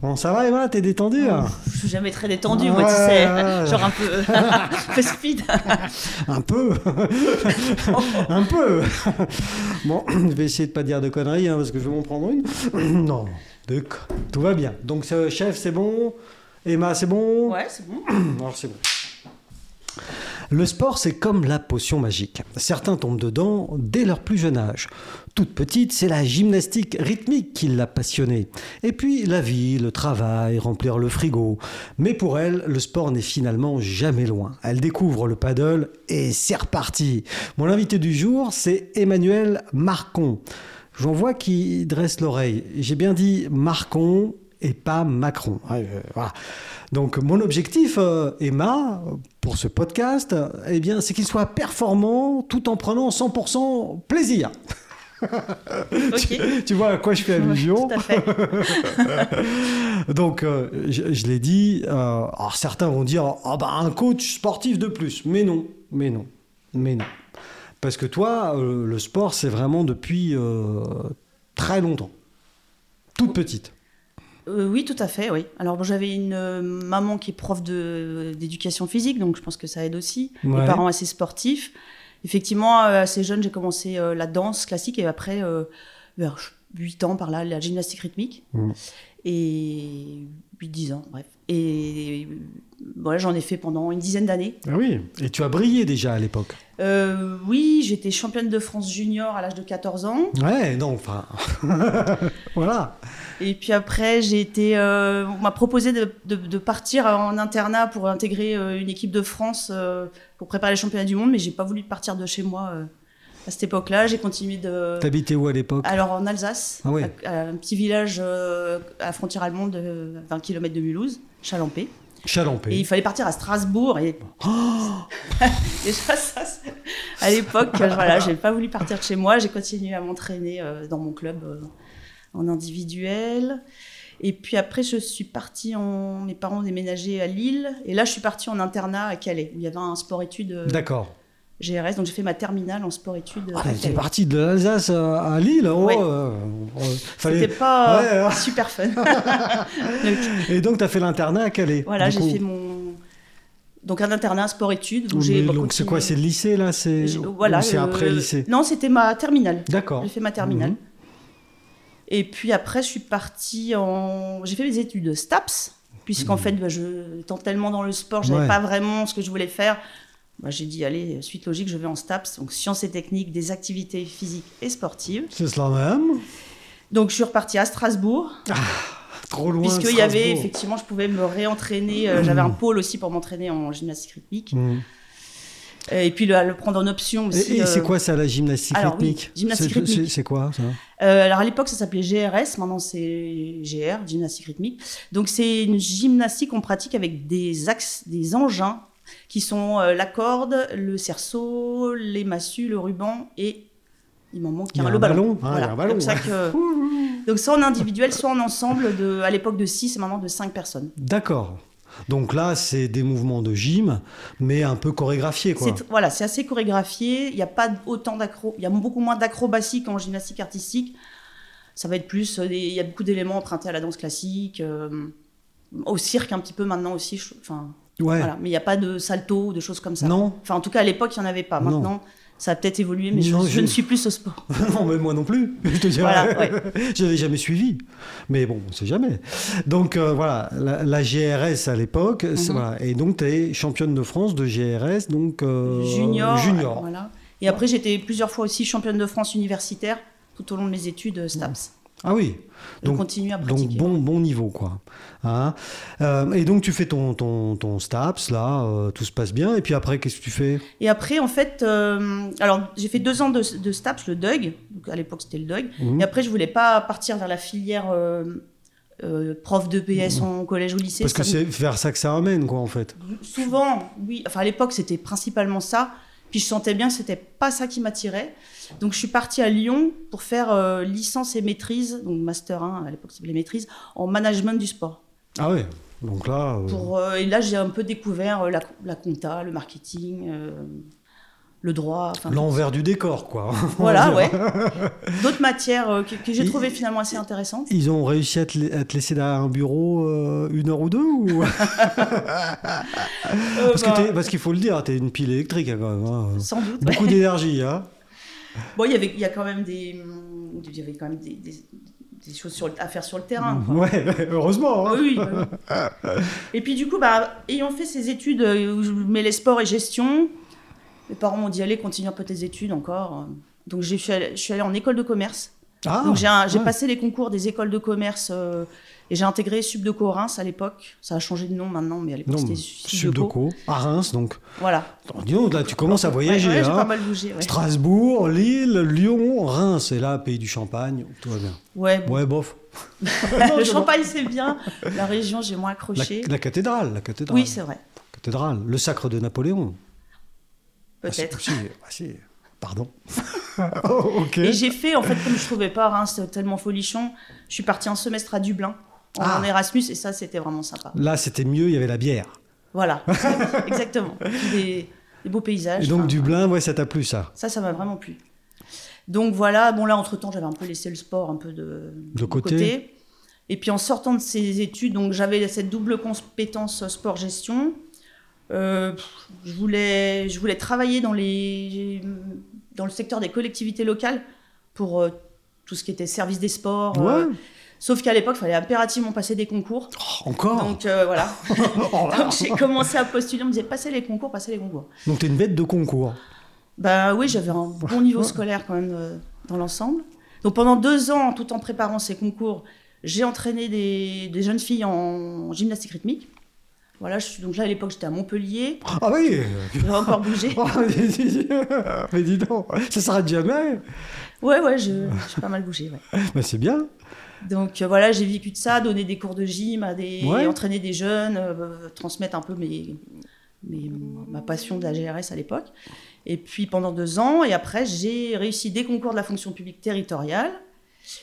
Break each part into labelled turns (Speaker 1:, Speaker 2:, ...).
Speaker 1: Bon, ça va, Eva, t'es détendue hein
Speaker 2: Je suis jamais très détendue, moi, tu
Speaker 1: Ouais,
Speaker 2: sais.
Speaker 1: ouais.
Speaker 2: Genre un peu, euh, un peu speed.
Speaker 1: Un peu Un peu Bon, je vais essayer de pas dire de conneries, hein, parce que je vais m'en prendre une. non, de co- tout va bien. Donc, ce chef, c'est bon Emma, c'est bon
Speaker 2: ouais, c'est bon.
Speaker 1: Alors, c'est bon. Le sport, c'est comme la potion magique. Certains tombent dedans dès leur plus jeune âge. Toute petite, c'est la gymnastique rythmique qui l'a passionnée. Et puis la vie, le travail, remplir le frigo. Mais pour elle, le sport n'est finalement jamais loin. Elle découvre le paddle et c'est reparti. Mon invité du jour, c'est Emmanuel Marcon. J'en vois qui dresse l'oreille. J'ai bien dit Marcon et pas Macron. Ouais, euh, voilà. Donc mon objectif, euh, Emma, pour ce podcast, euh, eh bien, c'est qu'il soit performant tout en prenant 100% plaisir.
Speaker 2: Ok.
Speaker 1: Tu vois à quoi je fais allusion.
Speaker 2: Tout à fait.
Speaker 1: Donc euh, je, je l'ai dit, euh, alors certains vont dire, ah bah un coach sportif de plus. Mais non, mais non, mais non. Parce que toi, euh, le sport, c'est vraiment depuis euh, très longtemps. Toute petite.
Speaker 2: Euh, oui, tout à fait, oui. Alors, bon, j'avais une euh, maman qui est prof de- d'éducation physique, donc je pense que ça aide aussi.
Speaker 1: Ouais.
Speaker 2: Mes parents assez sportifs. Effectivement, euh, assez jeune, j'ai commencé euh, la danse classique et après, euh, vers 8 ans par là, la gymnastique rythmique.
Speaker 1: Mm.
Speaker 2: Et 8-10 ans, bref. Et euh, voilà, j'en ai fait pendant une dizaine d'années.
Speaker 1: Ah oui. Et tu as brillé déjà à l'époque.
Speaker 2: Euh, oui, j'étais championne de France junior à l'âge de 14 ans.
Speaker 1: Ouais, non, enfin. voilà.
Speaker 2: Et puis après, j'ai été, euh, on m'a proposé de, de- de partir en internat pour intégrer euh, une équipe de France euh, pour préparer les championnats du monde, mais j'ai pas voulu partir de chez moi euh, à cette époque-là. J'ai continué de.
Speaker 1: T'habitais où à l'époque
Speaker 2: Alors en Alsace,
Speaker 1: Ah oui.
Speaker 2: à, à un petit village euh, à la frontière allemande, euh, à 20 km de Mulhouse, Chalampé. Et
Speaker 1: Chalampé.
Speaker 2: il fallait partir à Strasbourg. Et
Speaker 1: Oh
Speaker 2: déjà, ça, c'est- à l'époque, euh, voilà, j'ai pas voulu partir de chez moi. J'ai continué à m'entraîner euh, dans mon club euh, en individuel. Et puis après, je suis partie en. Mes parents ont déménagé à Lille. Et là, je suis partie en internat à Calais, où il y avait un sport-études euh,
Speaker 1: D'accord.
Speaker 2: GRS. Donc, j'ai fait ma terminale en sport-études. euh,
Speaker 1: Ah,
Speaker 2: à
Speaker 1: t'es
Speaker 2: Calais.
Speaker 1: parti de l'Alsace à à Lille. Oh,
Speaker 2: Ouais.
Speaker 1: euh, euh,
Speaker 2: C'était
Speaker 1: fallait...
Speaker 2: pas euh,
Speaker 1: Ouais,
Speaker 2: super fun. Donc,
Speaker 1: Et donc, t'as fait l'internat à Calais.
Speaker 2: voilà,
Speaker 1: du
Speaker 2: j'ai
Speaker 1: coup.
Speaker 2: fait mon. Donc, un internat sport-études. où j'ai
Speaker 1: Mais donc, c'est quoi C'est le lycée, là C'est
Speaker 2: J'ai-
Speaker 1: ou
Speaker 2: Voilà.
Speaker 1: c'est
Speaker 2: euh,
Speaker 1: après le lycée
Speaker 2: Non, c'était ma terminale.
Speaker 1: D'accord.
Speaker 2: J'ai fait ma terminale.
Speaker 1: Mhm.
Speaker 2: Et puis après, je suis partie en. J'ai fait mes études de STAPS, puisqu'en fait, bah, je étant tellement dans le sport, je n'avais
Speaker 1: Mhm. Ouais.
Speaker 2: pas vraiment ce que je voulais faire. Bah, j'ai dit, allez, suite logique, je vais en STAPS, donc sciences et techniques des activités physiques et sportives.
Speaker 1: C'est cela même.
Speaker 2: Donc je suis repartie à Strasbourg,
Speaker 1: Trop loin.
Speaker 2: puisqu'il y avait
Speaker 1: Strasbourg. Hmm.
Speaker 2: effectivement, je pouvais me réentraîner. euh, J'avais un pôle aussi pour m'entraîner en gymnastique rythmique.
Speaker 1: Mhm.
Speaker 2: Et puis le, le prendre en option
Speaker 1: Et,
Speaker 2: aussi.
Speaker 1: et
Speaker 2: euh,
Speaker 1: c'est quoi ça, la gymnastique
Speaker 2: alors, oui,
Speaker 1: rythmique
Speaker 2: gymnastique
Speaker 1: C'est- c'est-
Speaker 2: rythmique.
Speaker 1: C'est quoi ça
Speaker 2: Euh, alors à l'époque, ça s'appelait GRS, maintenant c'est GR, gymnastique rythmique. Donc c'est une gymnastique qu'on pratique avec des axes, des engins qui sont euh, la corde, le cerceau, les massues, le ruban et il m'en manque
Speaker 1: Il y a
Speaker 2: un,
Speaker 1: un
Speaker 2: le ballon.
Speaker 1: ballon, hein,
Speaker 2: Voilà.
Speaker 1: il y a un ballon,
Speaker 2: Comme ça
Speaker 1: ouais.
Speaker 2: que- Donc soit en individuel, soit en ensemble, de, à l'époque de 6 et maintenant de 5 personnes.
Speaker 1: D'accord. Donc là, c'est des mouvements de gym, mais un peu chorégraphiés, quoi.
Speaker 2: C'est- Voilà, c'est assez chorégraphié. Il n'y a pas autant d'accro, il y a beaucoup moins d'acrobatie qu'en gymnastique artistique. Ça va être plus, euh, des- il y a beaucoup d'éléments empruntés à la danse classique, euh, au cirque un petit peu maintenant aussi. je- Enfin,
Speaker 1: Ouais.
Speaker 2: voilà, mais il n'y a pas de salto ou de choses comme ça.
Speaker 1: Non,
Speaker 2: Enfin, en tout cas, à l'époque, il n'y en avait pas.
Speaker 1: Non.
Speaker 2: Maintenant, ça a peut-être évolué, mais je-
Speaker 1: Non,
Speaker 2: je,
Speaker 1: je-
Speaker 2: ne suis plus au sport.
Speaker 1: non, mais moi non plus. Je te dirais.
Speaker 2: Voilà, ouais.
Speaker 1: J'avais jamais suivi. Mais bon, on sait jamais. Donc euh, voilà, la, la GRS à l'époque. c'est-
Speaker 2: Mhm.
Speaker 1: voilà. Et donc, tu es championne de France de GRS, donc. euh,
Speaker 2: junior.
Speaker 1: Junior.
Speaker 2: Voilà. Et après, j'étais plusieurs fois aussi championne de France universitaire tout au long de mes études euh, STAPS.
Speaker 1: Ah oui.
Speaker 2: Donc,
Speaker 1: Donc,
Speaker 2: continue à pratiquer.
Speaker 1: donc bon, bon niveau, quoi. Hein Euh, et donc, tu fais ton, ton, ton STAPS, là, euh, tout se passe bien. Et puis après, qu'est-ce que tu fais
Speaker 2: Et après, en fait, euh, alors j'ai fait deux ans de, de STAPS, le DUG, donc à l'époque c'était le DUG,
Speaker 1: Mhm.
Speaker 2: et après je voulais pas partir vers la filière euh, euh, prof de PS en collège ou lycée.
Speaker 1: Mmh. Parce que
Speaker 2: Ça
Speaker 1: c'est vers ça que ça amène, quoi, en fait.
Speaker 2: me- Souvent, oui, enfin à l'époque c'était principalement ça, puis je sentais bien que c'était pas ça qui m'attirait. Donc je suis partie à Lyon pour faire euh, licence et maîtrise, donc master 1 à l'époque c'était maîtrise, en management du sport.
Speaker 1: Ah oui. Donc là. euh,
Speaker 2: Pour, euh, et là, j'ai un peu découvert euh, la, la compta, le marketing, euh, le droit. enfin,
Speaker 1: L'envers du décor, quoi. on va
Speaker 2: Voilà,
Speaker 1: dire.
Speaker 2: ouais. D'autres matières euh, que, que j'ai
Speaker 1: Il-
Speaker 2: trouvées finalement assez intéressantes.
Speaker 1: Ils ont réussi à te, la- à te laisser derrière un bureau euh, une heure ou deux ou...
Speaker 2: Euh,
Speaker 1: Parce que
Speaker 2: bah,
Speaker 1: t'es- parce qu'il faut le dire, t'es une pile électrique hein, quand même. hein.
Speaker 2: Sans doute.
Speaker 1: Beaucoup d'énergie, hein.
Speaker 2: Bon, il y avait, il y a quand même des, hum, il y avait quand même des, des- des choses sur, le- à faire sur le terrain. quoi.
Speaker 1: Ouais, heureusement. hein.
Speaker 2: Ah, Oui, oui, oui. Et puis du coup, bah, ayant fait ces études euh, où je mêlais sport et gestion, mes parents m'ont dit allez, continue un peu tes études encore. Donc j'ai- je suis allée- je suis allée en école de commerce.
Speaker 1: Ah,
Speaker 2: Donc j'ai un- j'ai
Speaker 1: ouais.
Speaker 2: passé les concours des écoles de commerce euh, et j'ai intégré Subdeco Reims à l'époque. Ça a changé de nom maintenant, mais à l'époque
Speaker 1: Non,
Speaker 2: c'était
Speaker 1: Subdeco,
Speaker 2: Subdeco.
Speaker 1: à Reims, donc.
Speaker 2: Voilà.
Speaker 1: Attends, Dis donc, là, tu commences à voyager.
Speaker 2: Ouais, ouais, j'ai
Speaker 1: hein.
Speaker 2: pas mal bougé. Ouais.
Speaker 1: Strasbourg, Lille, Lyon, Reims, et là, pays du champagne, tout va bien.
Speaker 2: Ouais, bon.
Speaker 1: Ouais, bof.
Speaker 2: le champagne c'est bien. La région j'ai moins
Speaker 1: La,
Speaker 2: accroché.
Speaker 1: la cathédrale, la cathédrale.
Speaker 2: Oui, c'est vrai.
Speaker 1: Cathédrale, le sacre de Napoléon. Ah, si,
Speaker 2: Peut-être.
Speaker 1: Si, ah, si. Pardon. Oh, ok.
Speaker 2: Et j'ai fait, en fait, comme je trouvais pas Reims tellement folichon, je suis partie un semestre à Dublin en
Speaker 1: Ah.
Speaker 2: Erasmus et ça, c'était vraiment sympa.
Speaker 1: Là, c'était mieux, il y avait la bière.
Speaker 2: Voilà, exactement. Des, des beaux paysages.
Speaker 1: Et donc,
Speaker 2: enfin,
Speaker 1: Dublin, ouais, ça t'a plu, ça.
Speaker 2: Ça, ça m'a vraiment plu. Donc voilà, bon là, entre-temps, j'avais un peu laissé le sport un peu de,
Speaker 1: De côté.
Speaker 2: Et puis en sortant de ces études, donc j'avais cette double compétence sport-gestion. Euh, pff, je, voulais, je voulais travailler dans, les, dans le secteur des collectivités locales pour euh, tout ce qui était service des sports. euh,
Speaker 1: Ouais.
Speaker 2: sauf qu'à l'époque, il fallait impérativement passer des concours.
Speaker 1: Oh, encore
Speaker 2: Donc euh, voilà.
Speaker 1: Oh, là.
Speaker 2: Donc j'ai commencé à postuler, on me disait passez les concours, passez les concours.
Speaker 1: Donc, t'es une bête de concours.
Speaker 2: Bah oui, j'avais un bon niveau scolaire quand même euh, dans l'ensemble. Donc pendant deux ans, tout en préparant ces concours, j'ai entraîné des, des jeunes filles en gymnastique rythmique. Voilà, je suis, donc là à l'époque j'étais à Montpellier,
Speaker 1: Ah oui
Speaker 2: j'avais encore bougé.
Speaker 1: Oh, mais, dis, mais dis donc, ça s'arrête jamais.
Speaker 2: Ouais, ouais, je- j'ai pas mal bougé. ouais.
Speaker 1: Bah, c'est bien.
Speaker 2: Donc euh, voilà, j'ai vécu de ça, donner des cours de gym, à des,
Speaker 1: Ouais.
Speaker 2: entraîner des jeunes, euh, transmettre un peu mes, mes- ma passion de la GRS à l'époque. Et puis pendant deux ans, et après j'ai réussi des concours de la fonction publique territoriale.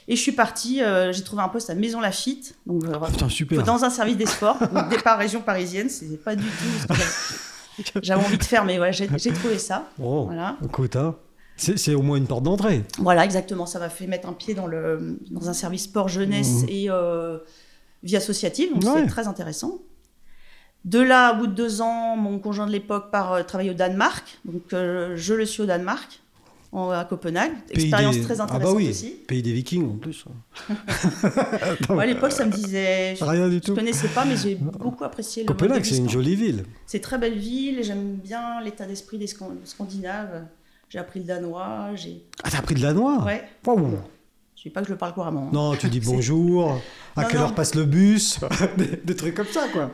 Speaker 2: Et je suis partie, euh, j'ai trouvé un poste à Maison Lafitte, donc euh,
Speaker 1: Ah, Putain, super.
Speaker 2: dans un service des sports, donc départ région parisienne, c'est pas du tout ce que j'avais- j'avais envie de faire, mais voilà, j'ai j'ai trouvé ça.
Speaker 1: Oh,
Speaker 2: Voilà.
Speaker 1: écoute, hein, c'est c'est au moins une porte d'entrée.
Speaker 2: Voilà, exactement. Ça m'a fait mettre un pied dans, le, dans un service sport jeunesse
Speaker 1: Mhm.
Speaker 2: et euh, vie associative, donc
Speaker 1: Ouais.
Speaker 2: c'est très intéressant. De là, au bout de deux ans, mon conjoint de l'époque part euh, travailler au Danemark, donc euh, je le suis au Danemark, en- à Copenhague.
Speaker 1: Pays
Speaker 2: Expérience
Speaker 1: des-
Speaker 2: très intéressante
Speaker 1: ah bah oui,
Speaker 2: aussi.
Speaker 1: Pays des Vikings en plus.
Speaker 2: Moi, à l'époque, ça me disait, je
Speaker 1: Rien du
Speaker 2: ne
Speaker 1: tout.
Speaker 2: connaissais pas, mais j'ai beaucoup apprécié le mode
Speaker 1: Copenhague,
Speaker 2: de
Speaker 1: c'est
Speaker 2: vie
Speaker 1: une
Speaker 2: scan-
Speaker 1: jolie ville.
Speaker 2: C'est très belle ville, et j'aime bien l'état d'esprit des Scan- Scandinaves. J'ai appris le danois, j'ai...
Speaker 1: Ah, t'as pris de la noix
Speaker 2: Ouais,
Speaker 1: Waouh.
Speaker 2: je sais pas que je le parle couramment. hein.
Speaker 1: Non, tu dis
Speaker 2: C'est-
Speaker 1: bonjour, à
Speaker 2: Non,
Speaker 1: quelle
Speaker 2: non.
Speaker 1: heure passe le bus, des, des trucs comme ça, quoi.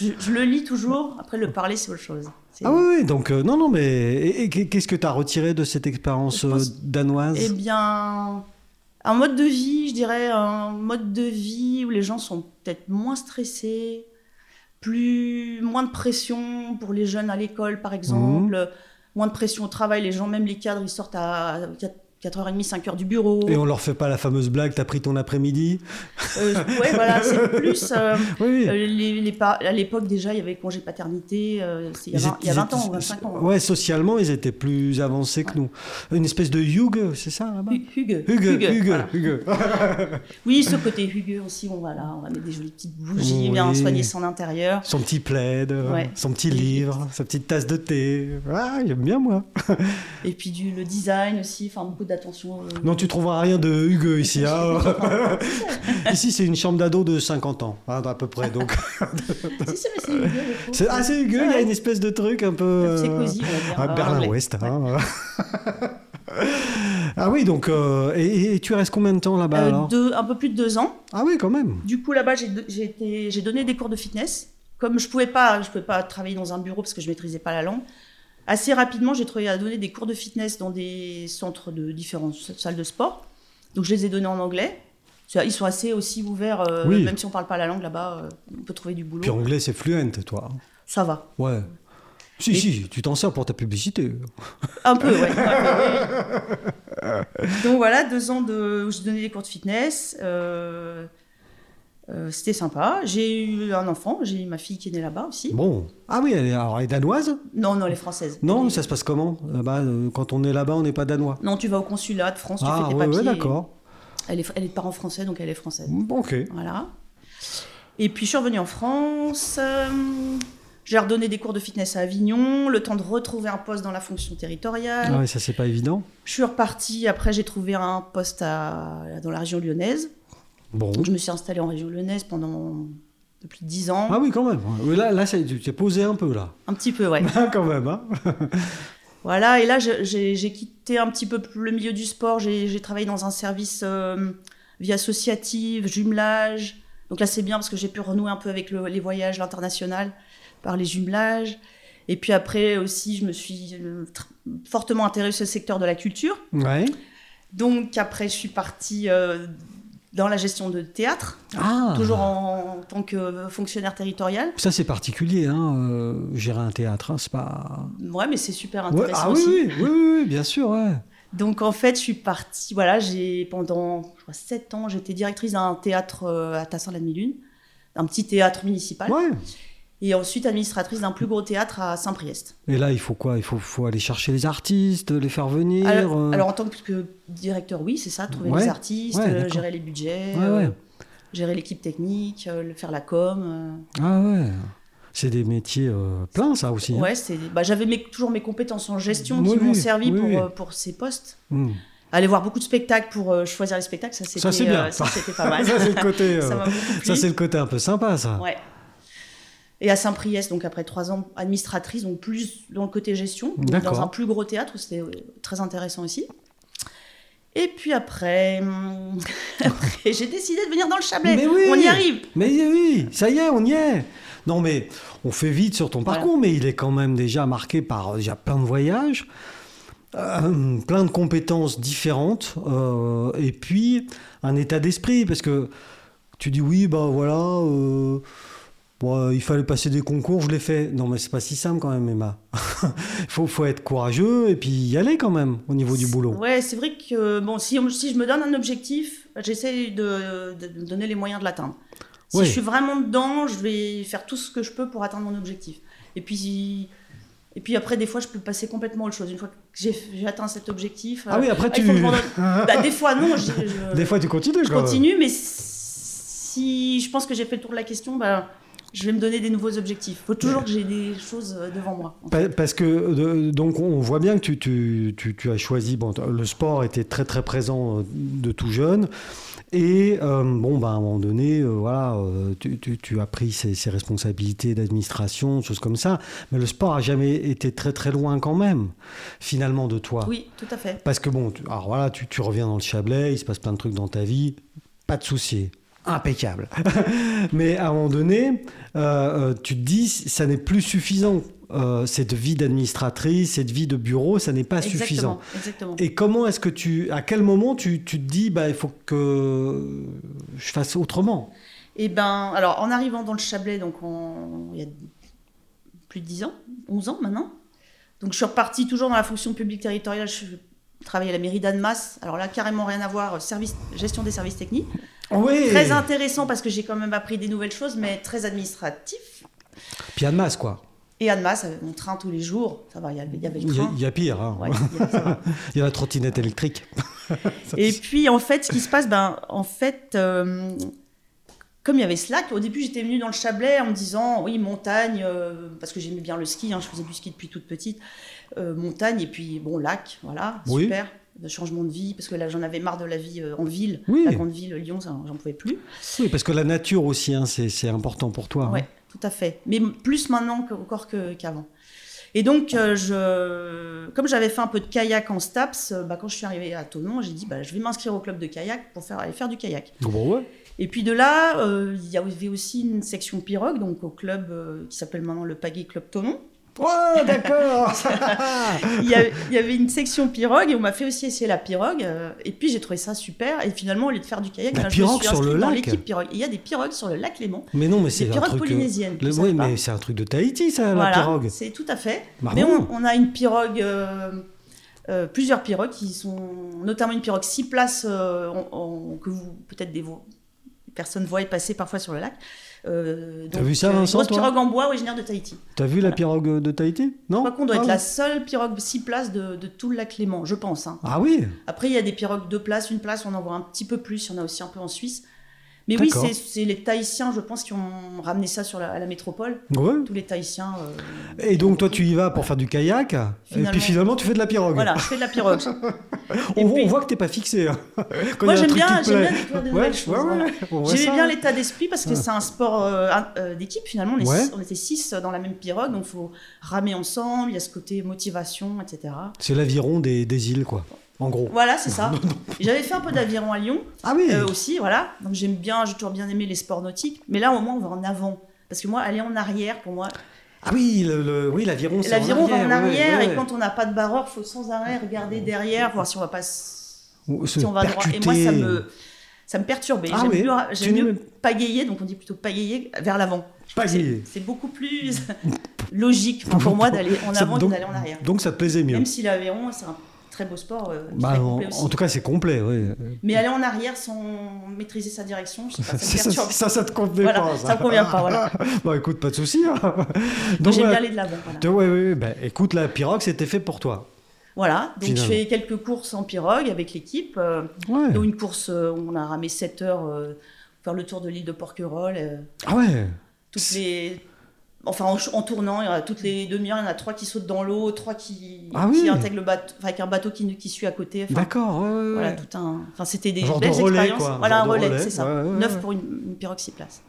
Speaker 2: Je, je le lis toujours, après le parler c'est autre chose. C'est-
Speaker 1: Ah oui, oui, donc, euh, non, non, mais et- et qu'est- qu'est-ce que t'as retiré de cette expérience
Speaker 2: Je pense-
Speaker 1: euh, danoise
Speaker 2: Eh bien, un mode de vie, je dirais, un mode de vie où les gens sont peut-être moins stressés, plus, moins de pression pour les jeunes à l'école,
Speaker 1: Mhm.
Speaker 2: par exemple, moins de pression au travail. Les gens, même les cadres, ils sortent à 4h30, 5h du bureau.
Speaker 1: Et on leur fait pas la fameuse blague, t'as pris ton après-midi
Speaker 2: Euh, ouais, voilà, c'est plus. euh,
Speaker 1: Oui, oui.
Speaker 2: euh, les, les pa- à l'époque, déjà, il y avait le congé paternité, euh, c'est- il y a
Speaker 1: Ils
Speaker 2: vingt- il y a
Speaker 1: étaient-
Speaker 2: 20 ans
Speaker 1: ils
Speaker 2: ou 25 ans. hein.
Speaker 1: Ouais, socialement, ils étaient plus avancés que nous. Une espèce de Hugue, c'est ça là-bas
Speaker 2: Hu- Hugues.
Speaker 1: Hugue, Hugue, Hugue.
Speaker 2: voilà. Oui, ce côté rugueux aussi, on va là, on va mettre des jolies petites bougies,
Speaker 1: Oui.
Speaker 2: bien soigner son intérieur.
Speaker 1: Son petit plaid, euh,
Speaker 2: Ouais.
Speaker 1: son petit livre, sa petite tasse de thé. Ah, j'aime bien moi.
Speaker 2: Et puis du, le design aussi, enfin beaucoup d'attention. euh,
Speaker 1: Non, tu trouveras rien de Hugue ici. hein. ici, c'est une chambre d'ado de 50 ans, hein, à peu près. Donc,
Speaker 2: si, si, mais c'est rugueux, je trouve.
Speaker 1: c'est ah, c'est Hugue, il y a une espèce de truc un peu.
Speaker 2: C'est
Speaker 1: euh,
Speaker 2: cosy, on va
Speaker 1: à
Speaker 2: dire. en anglais.
Speaker 1: Berlin-Ouest. hein. ah oui, donc. euh, et, et tu restes combien de temps là-bas
Speaker 2: Euh,
Speaker 1: alors
Speaker 2: deux- un peu plus de deux ans.
Speaker 1: Ah oui, quand même.
Speaker 2: Du coup, là-bas, j'ai do- j'ai été- j'ai donné des cours de fitness. Comme je pouvais pas, je pouvais pas travailler dans un bureau parce que je maîtrisais pas la langue. Assez rapidement, j'ai trouvé à donner des cours de fitness dans des centres de différentes salles de sport. Donc, je les ai donnés en anglais. Ils sont assez aussi ouverts, euh,
Speaker 1: Oui.
Speaker 2: même si on parle pas la langue là-bas, euh, on peut trouver du boulot.
Speaker 1: Puis anglais, c'est fluente, toi. hein.
Speaker 2: Ça va.
Speaker 1: Ouais. Si,
Speaker 2: Et-
Speaker 1: si, tu t'en sers pour ta publicité.
Speaker 2: Un peu, ouais. Donc voilà, deux ans de, où je donnais des cours de fitness. euh, Euh, C'était sympa. J'ai eu un enfant, j'ai eu ma fille qui est née là-bas aussi.
Speaker 1: Bon. Ah oui, elle est, alors, elle est danoise
Speaker 2: Non, non, elle est française.
Speaker 1: Non,
Speaker 2: Elle est-
Speaker 1: ça se passe comment Là-bas, euh, Quand on est là-bas, on n'est pas danois.
Speaker 2: Non, tu vas au consulat de France, tu
Speaker 1: ah,
Speaker 2: fais tes
Speaker 1: ouais,
Speaker 2: papiers.
Speaker 1: ouais, d'accord.
Speaker 2: Elle est, elle est de parents français, donc elle est française.
Speaker 1: Bon, Ok.
Speaker 2: Voilà. Et puis je suis revenue en France. euh, j'ai redonné des cours de fitness à Avignon, le temps de retrouver un poste dans la fonction territoriale.
Speaker 1: Ah ouais, ça, c'est pas évident.
Speaker 2: Je suis repartie. Après, j'ai trouvé un poste à- dans la région lyonnaise.
Speaker 1: Bon.
Speaker 2: Donc, je me suis installée en région lyonnaise pendant plus de 10 ans.
Speaker 1: Ah oui, quand même. Ouais, Là, là c'est- tu t'es posé un peu, là.
Speaker 2: Un petit peu, ouais.
Speaker 1: Ah, quand même, hein
Speaker 2: Voilà, et là, je- j'ai j'ai quitté un petit peu plus le milieu du sport. J'ai j'ai travaillé dans un service euh, vie associative, jumelage. Donc là, c'est bien parce que j'ai pu renouer un peu avec le- les voyages, l'international, par les jumelages. Et puis après aussi, je me suis euh, tr- fortement intéressée au secteur de la culture.
Speaker 1: Ouais.
Speaker 2: Donc après, je suis partie euh, dans la gestion de théâtre,
Speaker 1: Ah
Speaker 2: toujours en, en tant que euh, fonctionnaire territorial.
Speaker 1: Ça, c'est particulier, hein, euh, gérer un théâtre, hein, c'est pas...
Speaker 2: Ouais, mais c'est super
Speaker 1: Ouais,
Speaker 2: intéressant
Speaker 1: ah oui,
Speaker 2: aussi.
Speaker 1: oui, oui, oui, oui, bien sûr, ouais.
Speaker 2: Donc en fait, je suis partie, voilà, j'ai pendant je crois, 7 ans, j'étais directrice d'un théâtre euh, à Tassin-la-Demi-Lune, un petit théâtre municipal,
Speaker 1: Ouais.
Speaker 2: et ensuite administratrice d'un plus gros théâtre à Saint-Priest.
Speaker 1: Et là, il faut quoi Il faut, faut aller chercher les artistes, les faire venir.
Speaker 2: Alors,
Speaker 1: euh,
Speaker 2: alors, en tant que directeur, oui, c'est ça, trouver
Speaker 1: Ouais,
Speaker 2: les artistes,
Speaker 1: ouais,
Speaker 2: euh,
Speaker 1: d'accord.
Speaker 2: gérer les budgets,
Speaker 1: Ouais,
Speaker 2: euh,
Speaker 1: ouais.
Speaker 2: gérer l'équipe technique, euh, le- faire la com. euh.
Speaker 1: Ah ouais. C'est des métiers euh, pleins, ça aussi.
Speaker 2: euh,
Speaker 1: hein.
Speaker 2: ouais, c'est, bah, j'avais mes- toujours mes compétences en gestion
Speaker 1: Oui,
Speaker 2: qui m'ont
Speaker 1: oui,
Speaker 2: servi
Speaker 1: oui,
Speaker 2: pour,
Speaker 1: oui.
Speaker 2: euh, pour ces postes.
Speaker 1: Hmm.
Speaker 2: Aller voir beaucoup de spectacles pour euh, choisir les spectacles, ça c'était,
Speaker 1: Ça, c'est bien.
Speaker 2: euh, ça, c'était pas mal.
Speaker 1: ça, c'est le côté, euh,
Speaker 2: Ça m'a beaucoup plu.
Speaker 1: ça, c'est le côté un peu sympa, ça.
Speaker 2: Ouais. Et à Saint-Priest, donc après trois ans administratrice, donc plus dans le côté gestion, donc
Speaker 1: D'accord.
Speaker 2: dans un plus gros théâtre, c'était euh, très intéressant aussi. Et puis après, hum, après, j'ai décidé de venir dans le Chablais.
Speaker 1: Mais oui
Speaker 2: On y arrive.
Speaker 1: Mais oui, ça y est, on y est. Non, mais on fait vite sur ton
Speaker 2: Voilà.
Speaker 1: parcours, mais il est quand même déjà marqué par euh, déjà plein de voyages, euh, plein de compétences différentes, euh, et puis un état d'esprit, parce que tu dis oui, bah voilà, euh, bon, euh, il fallait passer des concours, je l'ai fait. Non, mais c'est pas si simple quand même, Emma. Il faut, faut être courageux et puis y aller quand même au niveau du boulot.
Speaker 2: Ouais, c'est vrai que bon, si, on- si je me donne un objectif, j'essaie de, de me donner les moyens de l'atteindre. Si
Speaker 1: Ouais.
Speaker 2: je suis vraiment dedans, je vais faire tout ce que je peux pour atteindre mon objectif. Et puis, et puis après, des fois, je peux passer complètement à autre chose. Une fois que j'ai j'ai atteint cet objectif,
Speaker 1: Ah oui, après
Speaker 2: Ah, il
Speaker 1: tu.
Speaker 2: faut que je m'en- Bah, des fois, non. Je, je-
Speaker 1: Des fois tu continues,
Speaker 2: je
Speaker 1: quand même.
Speaker 2: continue, mais si je pense que j'ai fait le tour de la question, bah, je vais me donner des nouveaux objectifs. Il faut toujours que j'ai des choses euh, devant moi.
Speaker 1: Pa- Parce que euh, donc on voit bien que tu, tu, tu, tu as choisi bon, t- le sport était très très présent euh, de tout jeune et euh, bon bah, à un moment donné euh, voilà euh, tu, tu, tu as pris ces, ces responsabilités d'administration choses comme ça mais le sport a jamais été très très loin quand même finalement de toi
Speaker 2: Oui, tout à fait.
Speaker 1: parce que bon tu, alors voilà tu, tu reviens dans le Chablais il se passe plein de trucs dans ta vie pas de souci impeccable mais à un moment donné, euh, euh, tu te dis, ça n'est plus suffisant. Euh, cette vie d'administratrice, cette vie de bureau, ça n'est pas
Speaker 2: exactement,
Speaker 1: suffisant.
Speaker 2: Exactement.
Speaker 1: Et comment est-ce que tu, à quel moment tu, tu te dis, bah, il faut que je fasse autrement
Speaker 2: Et ben, alors, en arrivant dans le Chablais, donc en- il y a plus de 10 ans, 11 ans maintenant, donc je suis repartie toujours dans la fonction publique territoriale. Je travaillais à la mairie d'Annemasse. Alors là, carrément rien à voir, euh, service, gestion des services techniques.
Speaker 1: Oui.
Speaker 2: Très intéressant parce que j'ai quand même appris des nouvelles choses, mais très administratif.
Speaker 1: Puis à masse quoi.
Speaker 2: Et Annemasse, avec mon train tous les jours, ça va, il y avait, il y avait le
Speaker 1: Il y, a-
Speaker 2: train.
Speaker 1: il y a pire. hein.
Speaker 2: Ouais, il y avait- ça va.
Speaker 1: Il y a la trottinette électrique. Ça,
Speaker 2: Et
Speaker 1: c'est-
Speaker 2: puis, en fait, ce qui se passe, ben, en fait, euh, comme il y avait Slack, au début, j'étais venue dans le Chablais en me disant, oui, montagne, euh, parce que j'aimais bien le ski, hein, je faisais du ski depuis toute petite, euh, montagne, et puis, bon, lac, voilà,
Speaker 1: Oui.
Speaker 2: super, de changement de vie, parce que là, j'en avais marre de la vie euh, en ville,
Speaker 1: Oui.
Speaker 2: la grande ville, Lyon, ça, j'en pouvais plus.
Speaker 1: Oui, parce que la nature aussi, hein, c'est c'est important pour toi. hein.
Speaker 2: Ouais, tout à fait. Mais m- plus maintenant que- encore que- qu'avant. Et donc, euh, je, comme j'avais fait un peu de kayak en Staps, euh, bah, quand je suis arrivée à Tonon, j'ai dit bah, je vais m'inscrire au club de kayak pour faire, aller faire du kayak.
Speaker 1: Bon, ouais.
Speaker 2: Et puis de là, euh, il y avait aussi une section pirogue, donc au club euh, qui s'appelle maintenant le Pagay Club Tonon.
Speaker 1: Ouais, d'accord.
Speaker 2: Il y, avait, il y avait une section pirogue et on m'a fait aussi essayer la pirogue. euh, et puis j'ai trouvé ça super. Et finalement, au lieu de faire du kayak,
Speaker 1: La
Speaker 2: ben,
Speaker 1: pirogue
Speaker 2: je me suis
Speaker 1: sur le
Speaker 2: inscrite dans
Speaker 1: lac.
Speaker 2: l'équipe pirogue. Et il y a des pirogues sur le lac Léman,
Speaker 1: mais non, mais
Speaker 2: des
Speaker 1: c'est un
Speaker 2: pirogues
Speaker 1: truc. euh,
Speaker 2: polynésiennes.
Speaker 1: le-
Speaker 2: tu
Speaker 1: oui,
Speaker 2: savais pas.
Speaker 1: mais c'est un truc de Tahiti, ça,
Speaker 2: Voilà,
Speaker 1: la pirogue.
Speaker 2: C'est tout à fait.
Speaker 1: Bah
Speaker 2: Mais
Speaker 1: bon.
Speaker 2: on, on a une pirogue, euh, euh, plusieurs pirogues qui sont, notamment une pirogue 6 places, euh, en- en- que vous, peut-être des, vo- personnes voient passer parfois sur le lac. Euh,
Speaker 1: T'as
Speaker 2: donc,
Speaker 1: vu ça,
Speaker 2: euh, une
Speaker 1: Vincent,
Speaker 2: grosse
Speaker 1: toi
Speaker 2: pirogue en bois originaire de Tahiti.
Speaker 1: T'as vu la
Speaker 2: Voilà.
Speaker 1: pirogue de Tahiti Non
Speaker 2: Je crois qu'on doit
Speaker 1: ah,
Speaker 2: être
Speaker 1: oui.
Speaker 2: la seule pirogue 6 places de, de tout le lac Léman, je pense. hein.
Speaker 1: Ah oui
Speaker 2: Après, il y a des pirogues 2 places, 1 place, on en voit un petit peu plus, il y en a aussi un peu en Suisse. Mais oui,
Speaker 1: D'accord.
Speaker 2: c'est- c'est les Tahitiens, je pense, qui ont ramené ça sur la- à la métropole.
Speaker 1: Ouais.
Speaker 2: Tous les Tahitiens. euh,
Speaker 1: Et donc toi tu y vas pour faire du kayak, et puis
Speaker 2: Finalement.
Speaker 1: finalement tu fais de la pirogue.
Speaker 2: Voilà, je fais de la pirogue.
Speaker 1: On,
Speaker 2: Et
Speaker 1: on
Speaker 2: puis-
Speaker 1: voit que t'es pas fixé. hein. Quand il y a
Speaker 2: Moi,
Speaker 1: un
Speaker 2: j'aime
Speaker 1: truc
Speaker 2: bien,
Speaker 1: qui te
Speaker 2: j'aime
Speaker 1: plaît.
Speaker 2: bien découvrir de
Speaker 1: Ouais,
Speaker 2: nouvelles choses.
Speaker 1: ouais, ouais,
Speaker 2: voilà.
Speaker 1: on voit
Speaker 2: J'aimais
Speaker 1: ça. Ah.
Speaker 2: bien l'état d'esprit parce que c'est un sport euh, un- euh, d'équipe finalement. On, est
Speaker 1: Ouais.
Speaker 2: six- on était six euh, dans la même pirogue, donc faut ramer ensemble. Il y a ce côté motivation, etc.
Speaker 1: C'est l'aviron des, des îles quoi, en gros.
Speaker 2: Voilà, c'est ça. J'avais fait un peu d'aviron à Lyon
Speaker 1: Ah oui
Speaker 2: euh, aussi, voilà. Donc j'aime bien, j'ai toujours bien aimé les sports nautiques, mais là au moins on va en avant. Parce que moi, aller en arrière, pour moi,
Speaker 1: Ah oui, le- le- oui l'aviron c'est
Speaker 2: l'aviron
Speaker 1: en
Speaker 2: va
Speaker 1: arrière.
Speaker 2: en
Speaker 1: ouais,
Speaker 2: arrière,
Speaker 1: ouais,
Speaker 2: et quand on n'a pas de barreur, faut sans arrêt regarder derrière, voir si on va pas s-
Speaker 1: Ou se
Speaker 2: si on va droit. Et moi, ça
Speaker 1: percuter.
Speaker 2: me, ça me perturbait.
Speaker 1: Ah
Speaker 2: J'aime
Speaker 1: oui.
Speaker 2: mieux, j'aime
Speaker 1: Tu
Speaker 2: mieux
Speaker 1: n'aimes-
Speaker 2: pagayer, donc on dit plutôt pagayer vers l'avant.
Speaker 1: Pagayer.
Speaker 2: C'est c'est beaucoup plus logique enfin, pour moi d'aller en
Speaker 1: Ça-
Speaker 2: avant que
Speaker 1: donc-
Speaker 2: d'aller en arrière.
Speaker 1: Donc ça te plaisait mieux.
Speaker 2: Même si l'aviron, c'est un très beau sport, euh,
Speaker 1: Bah,
Speaker 2: très
Speaker 1: en,
Speaker 2: complet aussi.
Speaker 1: en tout cas c'est complet. ouais.
Speaker 2: Mais aller en arrière sans maîtriser sa direction, je sais pas, ça me
Speaker 1: Ça, ça,
Speaker 2: perturbe.
Speaker 1: ça, ça te convenait
Speaker 2: Voilà,
Speaker 1: pas.
Speaker 2: ça me convient pas, voilà.
Speaker 1: Bah écoute, pas de souci. hein.
Speaker 2: Donc j'aime
Speaker 1: voilà.
Speaker 2: bien aller de l'avant, voilà.
Speaker 1: Tu- ouais, ouais, ouais, bah, écoute, la pirogue, c'était fait pour toi.
Speaker 2: Voilà, donc je
Speaker 1: Finalement.
Speaker 2: fais quelques courses en pirogue avec l'équipe, euh,
Speaker 1: Ouais.
Speaker 2: dont une course euh, où on a ramé 7 heures euh, pour faire le tour de l'île de Porquerolles, euh,
Speaker 1: Ah ouais.
Speaker 2: toutes les enfin en, en tournant il y en a toutes les demi-heures il y en a trois qui sautent dans l'eau trois qui,
Speaker 1: Ah
Speaker 2: qui
Speaker 1: oui.
Speaker 2: intègrent le bateau enfin, avec un bateau qui, qui suit à côté enfin,
Speaker 1: D'accord. ouais, ouais,
Speaker 2: voilà
Speaker 1: ouais.
Speaker 2: tout un enfin c'était des
Speaker 1: Genre de
Speaker 2: belles
Speaker 1: relais,
Speaker 2: expériences
Speaker 1: quoi, un
Speaker 2: voilà
Speaker 1: genre
Speaker 2: un
Speaker 1: de
Speaker 2: relais,
Speaker 1: relais,
Speaker 2: c'est ça
Speaker 1: ouais, ouais,
Speaker 2: neuf
Speaker 1: ouais.
Speaker 2: pour une, une pirogue six places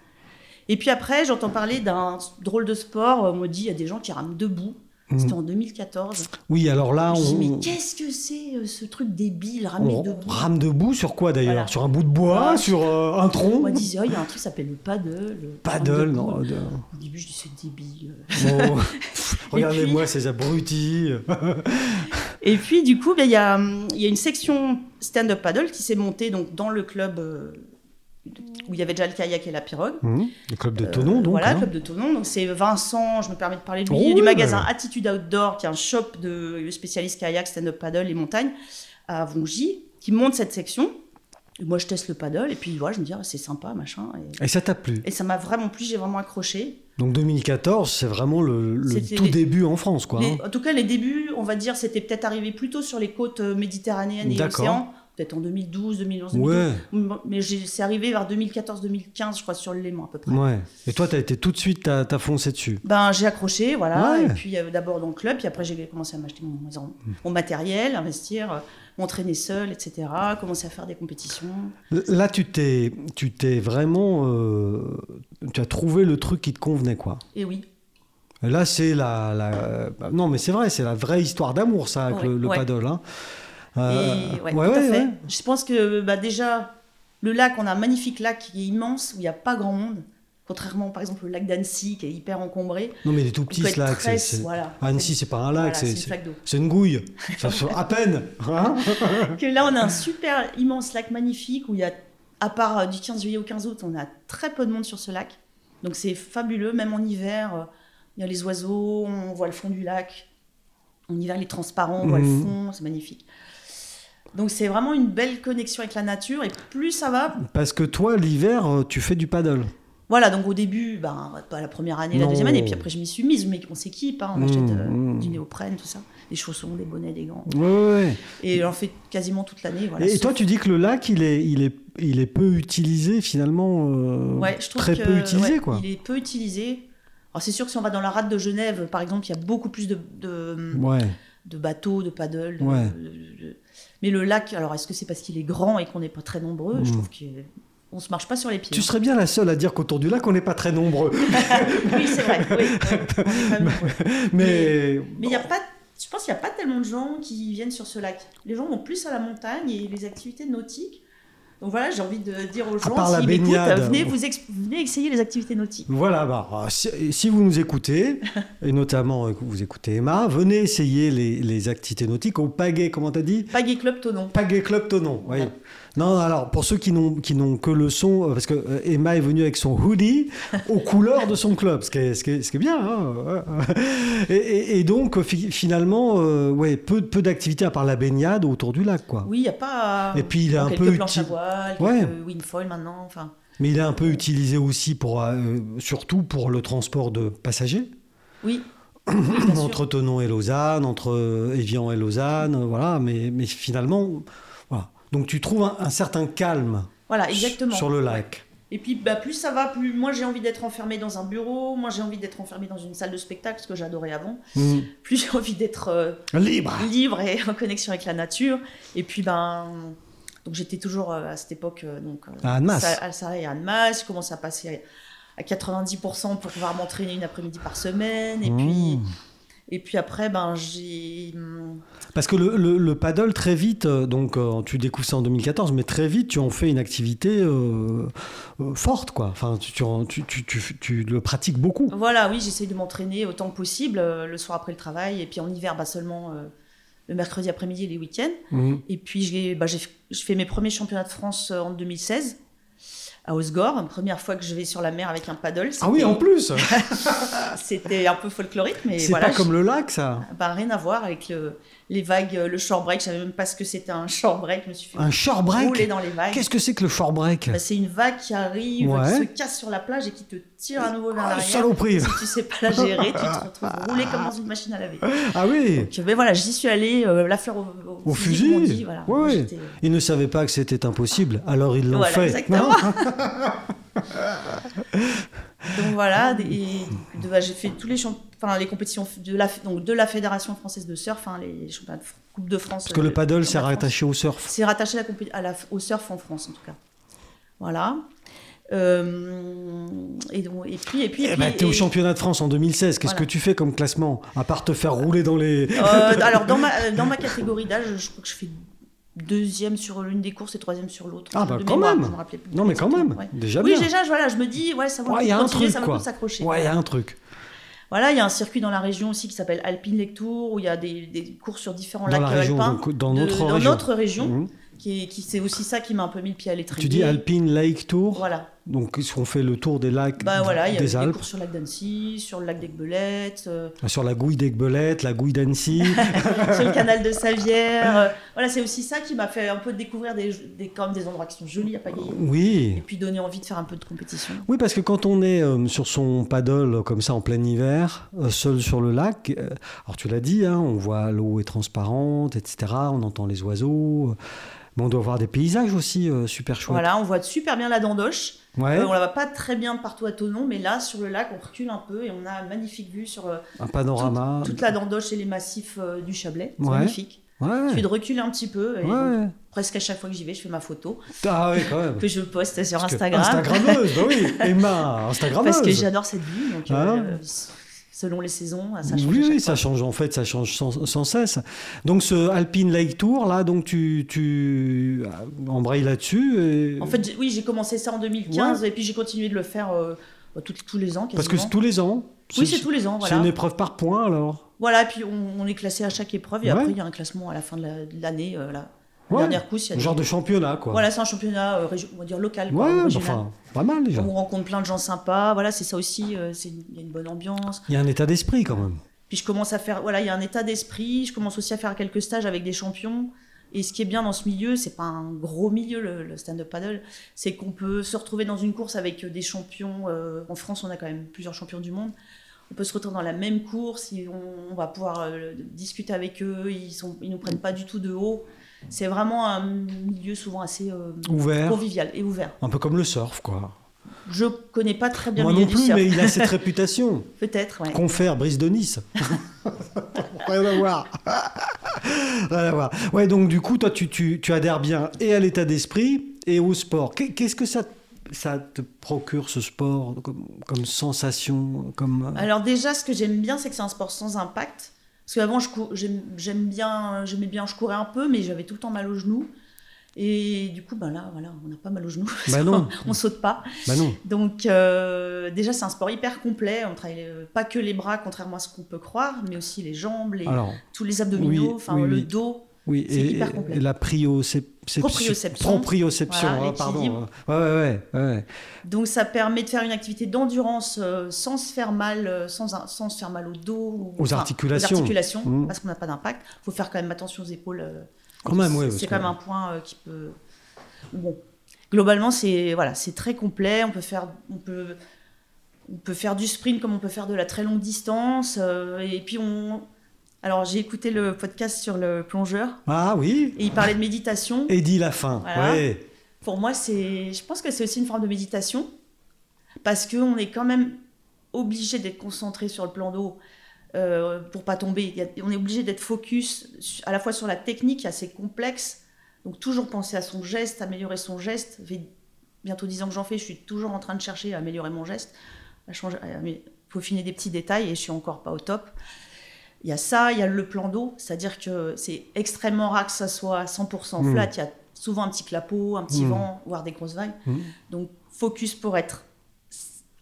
Speaker 2: et puis après j'entends parler d'un drôle de sport on me dit il y a des gens qui rament debout
Speaker 1: Mm.
Speaker 2: c'était en 2014
Speaker 1: Oui, alors là,
Speaker 2: je me dis mais
Speaker 1: on,
Speaker 2: qu'est-ce que c'est euh, ce truc débile ramer
Speaker 1: on
Speaker 2: debout
Speaker 1: rame debout sur quoi d'ailleurs
Speaker 2: Voilà.
Speaker 1: Sur un bout de bois
Speaker 2: Voilà.
Speaker 1: Sur euh, un
Speaker 2: on
Speaker 1: tronc
Speaker 2: me disait, oh, il y a un truc qui s'appelle le paddle. le
Speaker 1: Paddle,
Speaker 2: rame
Speaker 1: non.
Speaker 2: debout.
Speaker 1: de-
Speaker 2: Au début, je dis, c'est débile.
Speaker 1: Bon, Regardez-moi ces abrutis.
Speaker 2: Et puis, du coup, ben, il y, a, hum, il y a une section stand-up paddle qui s'est montée donc, dans le club euh, où il y avait déjà le kayak et la pirogue.
Speaker 1: Hum, Le club de Tonon, donc.
Speaker 2: Euh, voilà,
Speaker 1: hein.
Speaker 2: club de Tonon. Donc, c'est Vincent, je me permets de parler de lui,
Speaker 1: Oh oui,
Speaker 2: du magasin
Speaker 1: bah.
Speaker 2: Attitude Outdoor, qui est un shop de spécialiste kayak, stand-up paddle et montagne à Vongy, qui monte cette section. Et moi, je teste le paddle et puis voilà, je me dis, Ah, c'est sympa, machin. Et-
Speaker 1: Et ça t'a plu.
Speaker 2: Et, ça m'a vraiment plu, j'ai vraiment accroché.
Speaker 1: Donc 2014, c'est vraiment le, le
Speaker 2: C'était
Speaker 1: tout
Speaker 2: les-
Speaker 1: début en France, quoi. hein.
Speaker 2: Les- en tout cas, les débuts, on va dire, c'était peut-être arrivé plutôt sur les côtes euh, méditerranéennes et
Speaker 1: D'accord.
Speaker 2: océans, peut-être en 2012, 2011, 2012.
Speaker 1: Ouais,
Speaker 2: Mais j'ai- c'est arrivé vers 2014-2015, je crois, sur le Léman à peu près.
Speaker 1: ouais. Et toi, t'as été tout de suite, t'as t'as foncé dessus.
Speaker 2: Ben, j'ai accroché, voilà.
Speaker 1: Ouais.
Speaker 2: Et puis euh, d'abord dans le club, puis après j'ai commencé à m'acheter mon, mon- mon matériel, investir, euh, m'entraîner seul, etc. Commencer à faire des compétitions.
Speaker 1: Là, tu t'es, tu t'es vraiment, euh, tu as trouvé le truc qui te convenait, quoi.
Speaker 2: Et oui,
Speaker 1: Là, c'est la, la- bah, non, mais c'est vrai, c'est la vraie histoire d'amour, ça, avec
Speaker 2: Ouais,
Speaker 1: le, le
Speaker 2: ouais.
Speaker 1: paddle. hein. Euh,
Speaker 2: Et ouais, tout à fait. Je pense que bah, déjà, le lac, on a un magnifique lac qui est immense, où il n'y a pas grand monde. Contrairement, par exemple, au lac d'Annecy, qui est hyper encombré.
Speaker 1: Non, mais il est tout
Speaker 2: On
Speaker 1: petit,
Speaker 2: peut
Speaker 1: ce
Speaker 2: être
Speaker 1: lac.
Speaker 2: très-
Speaker 1: c'est- c'est-
Speaker 2: voilà.
Speaker 1: Annecy, c'est pas un lac,
Speaker 2: Voilà,
Speaker 1: c'est,
Speaker 2: c'est une
Speaker 1: c'est-
Speaker 2: flaque d'eau.
Speaker 1: c'est une gouille. Ça se- à peine. hein
Speaker 2: Que là, on a un super immense lac magnifique où il y a, à part euh, du 15 juillet au 15 août, on a très peu de monde sur ce lac. Donc c'est fabuleux, même en hiver, euh, il y a les oiseaux, on voit le fond du lac. En hiver, il est transparent, on voit le
Speaker 1: Mhm.
Speaker 2: fond, c'est magnifique. Donc c'est vraiment une belle connexion avec la nature et plus ça va,
Speaker 1: Parce que toi, l'hiver, euh, tu fais du paddle.
Speaker 2: voilà. Donc au début, ben, pas la première année, la
Speaker 1: Non.
Speaker 2: deuxième année, puis après je m'y suis mise, mais on s'équipe, hein, on
Speaker 1: Mhm,
Speaker 2: achète euh,
Speaker 1: mhm.
Speaker 2: du néoprène, tout ça, des chaussons, des bonnets, des gants,
Speaker 1: Ouais, ouais.
Speaker 2: et j'en fais quasiment toute l'année. Voilà,
Speaker 1: et
Speaker 2: sauf-
Speaker 1: toi, tu dis que le lac, il est, il est, il est peu utilisé finalement. euh,
Speaker 2: Ouais, je trouve
Speaker 1: très
Speaker 2: que,
Speaker 1: peu utilisé,
Speaker 2: ouais,
Speaker 1: quoi.
Speaker 2: Il est peu utilisé. Alors c'est sûr que si on va dans la rade de Genève, par exemple, il y a beaucoup plus de, de,
Speaker 1: Ouais.
Speaker 2: de bateaux, de paddles. de-
Speaker 1: Ouais.
Speaker 2: de- de- mais le lac, alors est-ce que c'est parce qu'il est grand et qu'on n'est pas très nombreux Je
Speaker 1: Mm.
Speaker 2: trouve qu'on se marche pas sur les pieds.
Speaker 1: Tu serais bien la seule à dire qu'autour du lac, on n'est pas très nombreux.
Speaker 2: oui, c'est vrai. oui, oui, on est pas nombreux.
Speaker 1: Mais,
Speaker 2: mais il y a pas, je pense qu'il n'y a pas tellement de gens qui viennent sur ce lac. Les gens vont plus à la montagne et les activités nautiques. Donc voilà, j'ai envie de dire aux gens,
Speaker 1: part la
Speaker 2: s'ils m'écoutent,
Speaker 1: baignade.
Speaker 2: venez, vous ex- venez essayer les activités nautiques.
Speaker 1: voilà, bah, si, si vous nous écoutez, et notamment euh, que vous écoutez Emma, venez essayer les, les activités nautiques au Pagay, comment t'as dit
Speaker 2: Pagay Club Tonon.
Speaker 1: Pagay Club Tonon, oui. Non, alors, pour ceux qui n'ont qui n'ont que le son, euh, parce que euh, Emma est venue avec son hoodie aux couleurs de son club, ce qui est, ce qui est- ce qui est bien. hein, ouais. et, et- et donc, euh, fi- finalement, euh, ouais, peu, peu d'activités à part la baignade autour du lac, quoi.
Speaker 2: Oui, il n'y a pas.
Speaker 1: Et puis, il est
Speaker 2: Bon,
Speaker 1: un
Speaker 2: quelques
Speaker 1: peu
Speaker 2: planches
Speaker 1: uti-
Speaker 2: à voile,
Speaker 1: Ouais.
Speaker 2: quelques windfoil maintenant. Enfin,
Speaker 1: Mais il est un peu utilisé aussi pour, euh, surtout pour le transport de passagers.
Speaker 2: Oui.
Speaker 1: entre Tonon et Lausanne, entre Évian et Lausanne, euh, voilà. Mais, mais finalement, voilà. Donc tu trouves un, un certain calme
Speaker 2: Voilà,
Speaker 1: s-
Speaker 2: exactement.
Speaker 1: sur le lac.
Speaker 2: Et puis, bah, plus ça va, plus moi j'ai envie d'être enfermée dans un bureau, moi j'ai envie d'être enfermée dans une salle de spectacle, ce que j'adorais avant.
Speaker 1: Mm.
Speaker 2: Plus j'ai envie d'être euh,
Speaker 1: Libre.
Speaker 2: libre et en connexion avec la nature. Et puis, ben, donc j'étais toujours euh, à cette époque euh, donc, euh,
Speaker 1: À Annemasse.
Speaker 2: ça- à ça et à Annemasse. Je commençais à passer à 90% pour pouvoir m'entraîner une après-midi par semaine. Et, puis,
Speaker 1: Mm.
Speaker 2: et puis après, ben, j'ai. hum,
Speaker 1: Parce que le, le- le paddle, très vite, euh, donc euh, tu découvres ça en 2014, mais très vite, tu en fais une activité euh, euh, forte, quoi. Enfin, tu, tu en- tu- tu- tu- tu le pratiques beaucoup.
Speaker 2: Voilà, oui, j'essaye de m'entraîner autant que possible euh, le soir après le travail. Et puis en hiver, bah, seulement euh, le mercredi après-midi et les week-ends.
Speaker 1: Mm.
Speaker 2: Et puis, j'ai- bah, j'ai f- je fais mes premiers championnats de France euh, en 2016 à Osgore, première fois que je vais sur la mer avec un paddle.
Speaker 1: Ah oui, en plus
Speaker 2: C'était- C'était un peu folklorique, mais
Speaker 1: C'est
Speaker 2: voilà.
Speaker 1: pas comme le lac, ça
Speaker 2: je- bah, rien à voir avec le- les vagues, euh, le short break. Je savais même pas ce que c'était un short break. Je me suis fait
Speaker 1: Un short
Speaker 2: rouler
Speaker 1: break
Speaker 2: dans les vagues.
Speaker 1: Qu'est-ce que c'est que le short break
Speaker 2: Bah, c'est une vague qui arrive,
Speaker 1: Ouais.
Speaker 2: qui se casse sur la plage et qui te tire à nouveau vers
Speaker 1: Ah,
Speaker 2: l'arrière.
Speaker 1: Saloperie
Speaker 2: Si tu sais pas la gérer, tu te retrouves roulé comme dans une machine à laver.
Speaker 1: Ah oui
Speaker 2: Donc, mais voilà, j'y suis allée, euh, la fleur au,
Speaker 1: Au
Speaker 2: comme on
Speaker 1: fusil
Speaker 2: dit, voilà.
Speaker 1: Ouais,
Speaker 2: Moi,
Speaker 1: ouais.
Speaker 2: j'étais-
Speaker 1: Ils ne savaient pas que c'était impossible, alors ils l'ont
Speaker 2: Voilà,
Speaker 1: fait.
Speaker 2: exactement.
Speaker 1: Non hein,
Speaker 2: Donc voilà, des- et de- bah, j'ai fait tous les champ- enfin, les compétitions de la, donc de la fédération française de surf, hein, les championnats de Fr- Coupe de France. euh,
Speaker 1: Parce que le paddle, c'est rattaché au surf.
Speaker 2: C'est rattaché à la compé- à la- au surf en France en tout cas. Voilà. Euh, et donc et puis et puis. et
Speaker 1: Eh
Speaker 2: puis-
Speaker 1: ben, t'es au
Speaker 2: et-
Speaker 1: championnat de France en 2016. Qu'est-ce
Speaker 2: Voilà.
Speaker 1: que tu fais comme classement À part te faire rouler dans les...
Speaker 2: Euh, alors dans ma dans ma catégorie d'âge, je crois que je fais deuxième sur l'une des courses et troisième sur l'autre.
Speaker 1: Ah, bah,
Speaker 2: De
Speaker 1: quand
Speaker 2: mémoire,
Speaker 1: même.
Speaker 2: je me rappelais plus
Speaker 1: Non, mais quand même
Speaker 2: Ouais.
Speaker 1: Déjà
Speaker 2: Oui,
Speaker 1: bien
Speaker 2: déjà, voilà, je me dis, ouais, ça vaut
Speaker 1: Ouais,
Speaker 2: le
Speaker 1: y
Speaker 2: coup
Speaker 1: a
Speaker 2: de
Speaker 1: un
Speaker 2: continuer,
Speaker 1: truc,
Speaker 2: ça vaut
Speaker 1: quoi.
Speaker 2: le coup de s'accrocher.
Speaker 1: Ouais, il y a un truc.
Speaker 2: Voilà, il y a un circuit dans la région aussi qui s'appelle Alpine Lectour, où il y a des, des courses sur différents
Speaker 1: Dans
Speaker 2: lacs
Speaker 1: la région,
Speaker 2: alpins.
Speaker 1: donc, dans
Speaker 2: de-
Speaker 1: notre
Speaker 2: dans
Speaker 1: région.
Speaker 2: notre région,
Speaker 1: Mhm.
Speaker 2: qui, est- qui- c'est aussi ça qui m'a un peu mis le pied à l'étrier.
Speaker 1: Tu dis Alpine Lake Tour,
Speaker 2: Voilà,
Speaker 1: donc ils on fait le tour des lacs
Speaker 2: bah voilà, il y a eu
Speaker 1: des
Speaker 2: des
Speaker 1: Alpes,
Speaker 2: courses sur le lac d'Annecy, sur le lac d'Aigbelette, euh,
Speaker 1: sur la gouille d'Aigbelette, la gouille d'Annecy.
Speaker 2: sur le canal de Savière. euh, voilà, c'est aussi ça qui m'a fait un peu découvrir des, des, quand même des endroits qui sont jolis à pagayer. Et
Speaker 1: oui.
Speaker 2: puis donner envie de faire un peu de compétition.
Speaker 1: Oui, parce que quand on est euh, sur son paddle euh, comme ça en plein hiver, euh, seul sur le lac, euh, alors tu l'as dit, hein, on voit l'eau est transparente, etc., on entend les oiseaux, euh, mais on doit voir des paysages aussi euh, super chouettes.
Speaker 2: Voilà, on voit super bien la dandoche.
Speaker 1: Ouais,
Speaker 2: Euh, on la voit pas très bien partout à Tonon, mais là, sur le lac, on recule un peu et on a une magnifique vue sur euh,
Speaker 1: un panorama.
Speaker 2: toute la dandoche et les massifs euh, du Chablais. C'est
Speaker 1: Ah, Ouais.
Speaker 2: magnifique. Je
Speaker 1: Ouais,
Speaker 2: fais de reculer un petit peu. Et donc,
Speaker 1: ouais.
Speaker 2: presque à chaque fois que j'y vais, je fais ma photo
Speaker 1: Ah oui, quand même.
Speaker 2: que je poste sur
Speaker 1: Parce que-
Speaker 2: Instagram.
Speaker 1: Instagrammeuse, bah oui, Emma, Instagrammeuse.
Speaker 2: Parce que j'adore cette vue. Donc, euh,
Speaker 1: Ah.
Speaker 2: euh, selon les saisons, ça change. à
Speaker 1: oui,
Speaker 2: chaque
Speaker 1: oui,
Speaker 2: fois.
Speaker 1: ça change en fait, ça change sans, sans cesse. Donc ce Alpine Lake Tour, là, donc tu, tu embrayes là-dessus. et-
Speaker 2: En fait, j'ai- oui, j'ai commencé ça en 2015 et puis j'ai continué de le faire euh, bah, tout- tous les ans
Speaker 1: parce
Speaker 2: quasiment.
Speaker 1: que c'est tous les ans.
Speaker 2: oui, c'est tous les ans,
Speaker 1: C'est
Speaker 2: voilà.
Speaker 1: une épreuve par point alors.
Speaker 2: Voilà, et puis on, on est classé à chaque épreuve et
Speaker 1: Ouais.
Speaker 2: après il y a un classement à la fin de la- de l'année. euh, là. La
Speaker 1: Ouais.
Speaker 2: dernière course, il y a des-
Speaker 1: Genre de championnat, quoi.
Speaker 2: Voilà, c'est un championnat, euh, régi- on va dire local. quoi,
Speaker 1: Ouais, bah,
Speaker 2: régional.
Speaker 1: enfin, pas mal déjà.
Speaker 2: On rencontre plein de gens sympas, voilà, c'est ça aussi, euh, c'est une- il y a une bonne ambiance.
Speaker 1: Il y a un état d'esprit quand même.
Speaker 2: Puis je commence à faire, voilà, il y a un état d'esprit, je commence aussi à faire quelques stages avec des champions. Et ce qui est bien dans ce milieu, c'est pas un gros milieu, le, le stand-up paddle, c'est qu'on peut se retrouver dans une course avec des champions. euh, en France, on a quand même plusieurs champions du monde. On peut se retrouver dans la même course, et on, on va pouvoir euh, discuter avec eux, ils, sont, ils nous prennent pas du tout de haut. C'est vraiment un milieu souvent assez euh,
Speaker 1: Ouvert,
Speaker 2: convivial et ouvert.
Speaker 1: un peu comme le surf, quoi.
Speaker 2: Je connais pas très bien
Speaker 1: Moi
Speaker 2: le
Speaker 1: non
Speaker 2: milieu du
Speaker 1: plus,
Speaker 2: surf.
Speaker 1: mais il a cette réputation.
Speaker 2: Peut-être, ouais.
Speaker 1: Confère Brise de Nice. Rien à voir. Rien à voir. Ouais, donc du coup, toi, tu, tu, tu adhères bien et à l'état d'esprit et au sport. Qu'est- Qu'est-ce que ça, ça te procure, ce sport, comme, comme sensation comme... euh,
Speaker 2: Alors déjà, ce que j'aime bien, c'est que c'est un sport sans impact. Parce qu'avant, je cou- j'aime j'aime bien, j'aimais bien, je courais un peu, mais j'avais tout le temps mal aux genoux. Et du coup, ben là, voilà, on n'a pas mal aux genoux.
Speaker 1: Bah non.
Speaker 2: on saute pas.
Speaker 1: Bah non.
Speaker 2: Donc euh, déjà, c'est un sport hyper complet. On travaille euh, pas que les bras, contrairement à ce qu'on peut croire, mais aussi les jambes, les,
Speaker 1: Alors,
Speaker 2: tous les abdominaux,
Speaker 1: Oui,
Speaker 2: enfin
Speaker 1: oui,
Speaker 2: le
Speaker 1: oui.
Speaker 2: dos.
Speaker 1: oui,
Speaker 2: C'est
Speaker 1: et,
Speaker 2: hyper
Speaker 1: et
Speaker 2: complet.
Speaker 1: la prioception.
Speaker 2: Proprioception.
Speaker 1: Proprioception,
Speaker 2: Voilà,
Speaker 1: ah, pardon.
Speaker 2: l'équilibre.
Speaker 1: Ouais, ouais, ouais. ouais.
Speaker 2: Donc ça permet de faire une activité d'endurance euh, sans se faire mal, euh, sans, un- sans se faire mal au dos, ou-
Speaker 1: Aux articulations.
Speaker 2: aux articulations,
Speaker 1: Mm.
Speaker 2: parce qu'on n'a pas d'impact. Il faut faire quand même attention aux épaules. euh,
Speaker 1: Quand même, ouais.
Speaker 2: c'est
Speaker 1: parce
Speaker 2: quand
Speaker 1: que-
Speaker 2: même un point euh, qui peut. Bon. globalement, c'est voilà, c'est très complet. On peut faire, on peut, on peut faire du sprint comme on peut faire de la très longue distance. euh, et puis on, alors j'ai écouté le podcast sur le plongeur
Speaker 1: Ah oui
Speaker 2: et il parlait de méditation.
Speaker 1: Et dit la fin.
Speaker 2: Voilà.
Speaker 1: ouais.
Speaker 2: Pour moi, c'est, je pense que c'est aussi une forme de méditation parce que on est quand même obligé d'être concentré sur le plan d'eau. euh, pour pas tomber. Il y a- on est obligé d'être focus su- à la fois sur la technique assez complexe, donc toujours penser à son geste, améliorer son geste. Ça fait bientôt 10 ans que j'en fais, je suis toujours en train de chercher à améliorer mon geste, à changer, à amé- peaufiner des petits détails et je suis encore pas au top. Il y a ça, il y a le plan d'eau, c'est-à-dire que c'est extrêmement rare que ça soit 100%
Speaker 1: Mm.
Speaker 2: flat. Il y a souvent un petit clapot, un petit
Speaker 1: Mm.
Speaker 2: vent, voire des grosses vagues.
Speaker 1: Mm.
Speaker 2: Donc focus pour être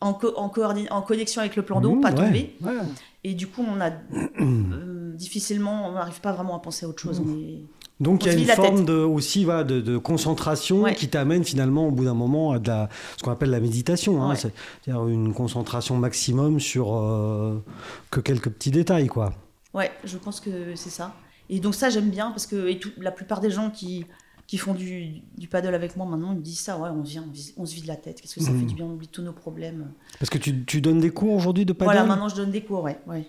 Speaker 2: en, co- en, coordi- en connexion avec le plan d'eau,
Speaker 1: Mmh,
Speaker 2: pas
Speaker 1: ouais,
Speaker 2: tomber.
Speaker 1: ouais.
Speaker 2: Et du coup, on a euh, difficilement, on n'arrive pas vraiment à penser à autre
Speaker 1: Hmm.
Speaker 2: chose. On est-
Speaker 1: Donc il
Speaker 2: On
Speaker 1: y a
Speaker 2: se
Speaker 1: une
Speaker 2: vide la
Speaker 1: forme
Speaker 2: tête.
Speaker 1: de, aussi voilà, de, de concentration
Speaker 2: Ouais.
Speaker 1: qui t'amène finalement au bout d'un moment à de la, ce qu'on appelle la méditation. hein.
Speaker 2: Ouais.
Speaker 1: C'est- C'est-à-dire une concentration maximum sur euh, que quelques petits détails. quoi.
Speaker 2: Ouais, je pense que c'est ça. Et donc ça, j'aime bien parce que et tout- la plupart des gens qui qui font du, du paddle avec moi maintenant, ils me disent ça, ouais, on vient, on, vis- on se vide la tête, qu'est-ce que ça
Speaker 1: Mhm.
Speaker 2: fait du bien, on oublie tous nos problèmes.
Speaker 1: Parce que tu, tu donnes des cours aujourd'hui de paddle
Speaker 2: Voilà, maintenant je donne des cours, ouais, ouais.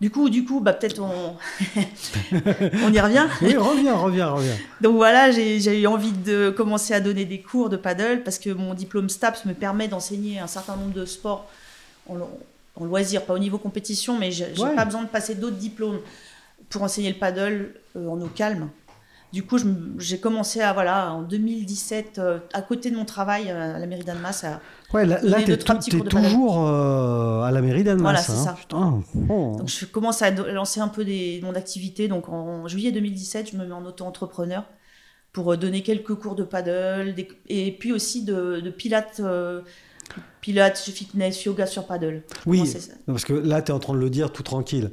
Speaker 2: Du coup, du coup, bah peut-être on on y revient.
Speaker 1: Oui, reviens, reviens, reviens.
Speaker 2: Donc voilà, j'ai j'ai eu envie de commencer à donner des cours de paddle parce que mon diplôme STAPS me permet d'enseigner un certain nombre de sports en, lo- en loisir, pas au niveau compétition, mais j'ai j'ai
Speaker 1: Ouais.
Speaker 2: pas besoin de passer d'autres diplômes pour enseigner le paddle euh, en eau calme. Du coup, je me- j'ai commencé à, voilà, en 2017, euh, à côté de mon travail euh, à la mairie d'Annemasse, à-
Speaker 1: Ouais, là, là,
Speaker 2: Donner
Speaker 1: t'es
Speaker 2: deux, trois
Speaker 1: tout-
Speaker 2: petits
Speaker 1: t'es
Speaker 2: cours de paddle.
Speaker 1: toujours euh, à la mairie d'Almas.
Speaker 2: Voilà, c'est
Speaker 1: hein.
Speaker 2: ça.
Speaker 1: Putain, oh.
Speaker 2: Donc je commence à do- lancer un peu des, mon activité. Donc en juillet 2017, je me mets en auto-entrepreneur pour euh, donner quelques cours de paddle des- et puis aussi de, de pilates, euh, pilates, fitness, yoga sur paddle.
Speaker 1: oui,
Speaker 2: Comment c'est ça
Speaker 1: parce que là, tu es en train de le dire tout tranquille.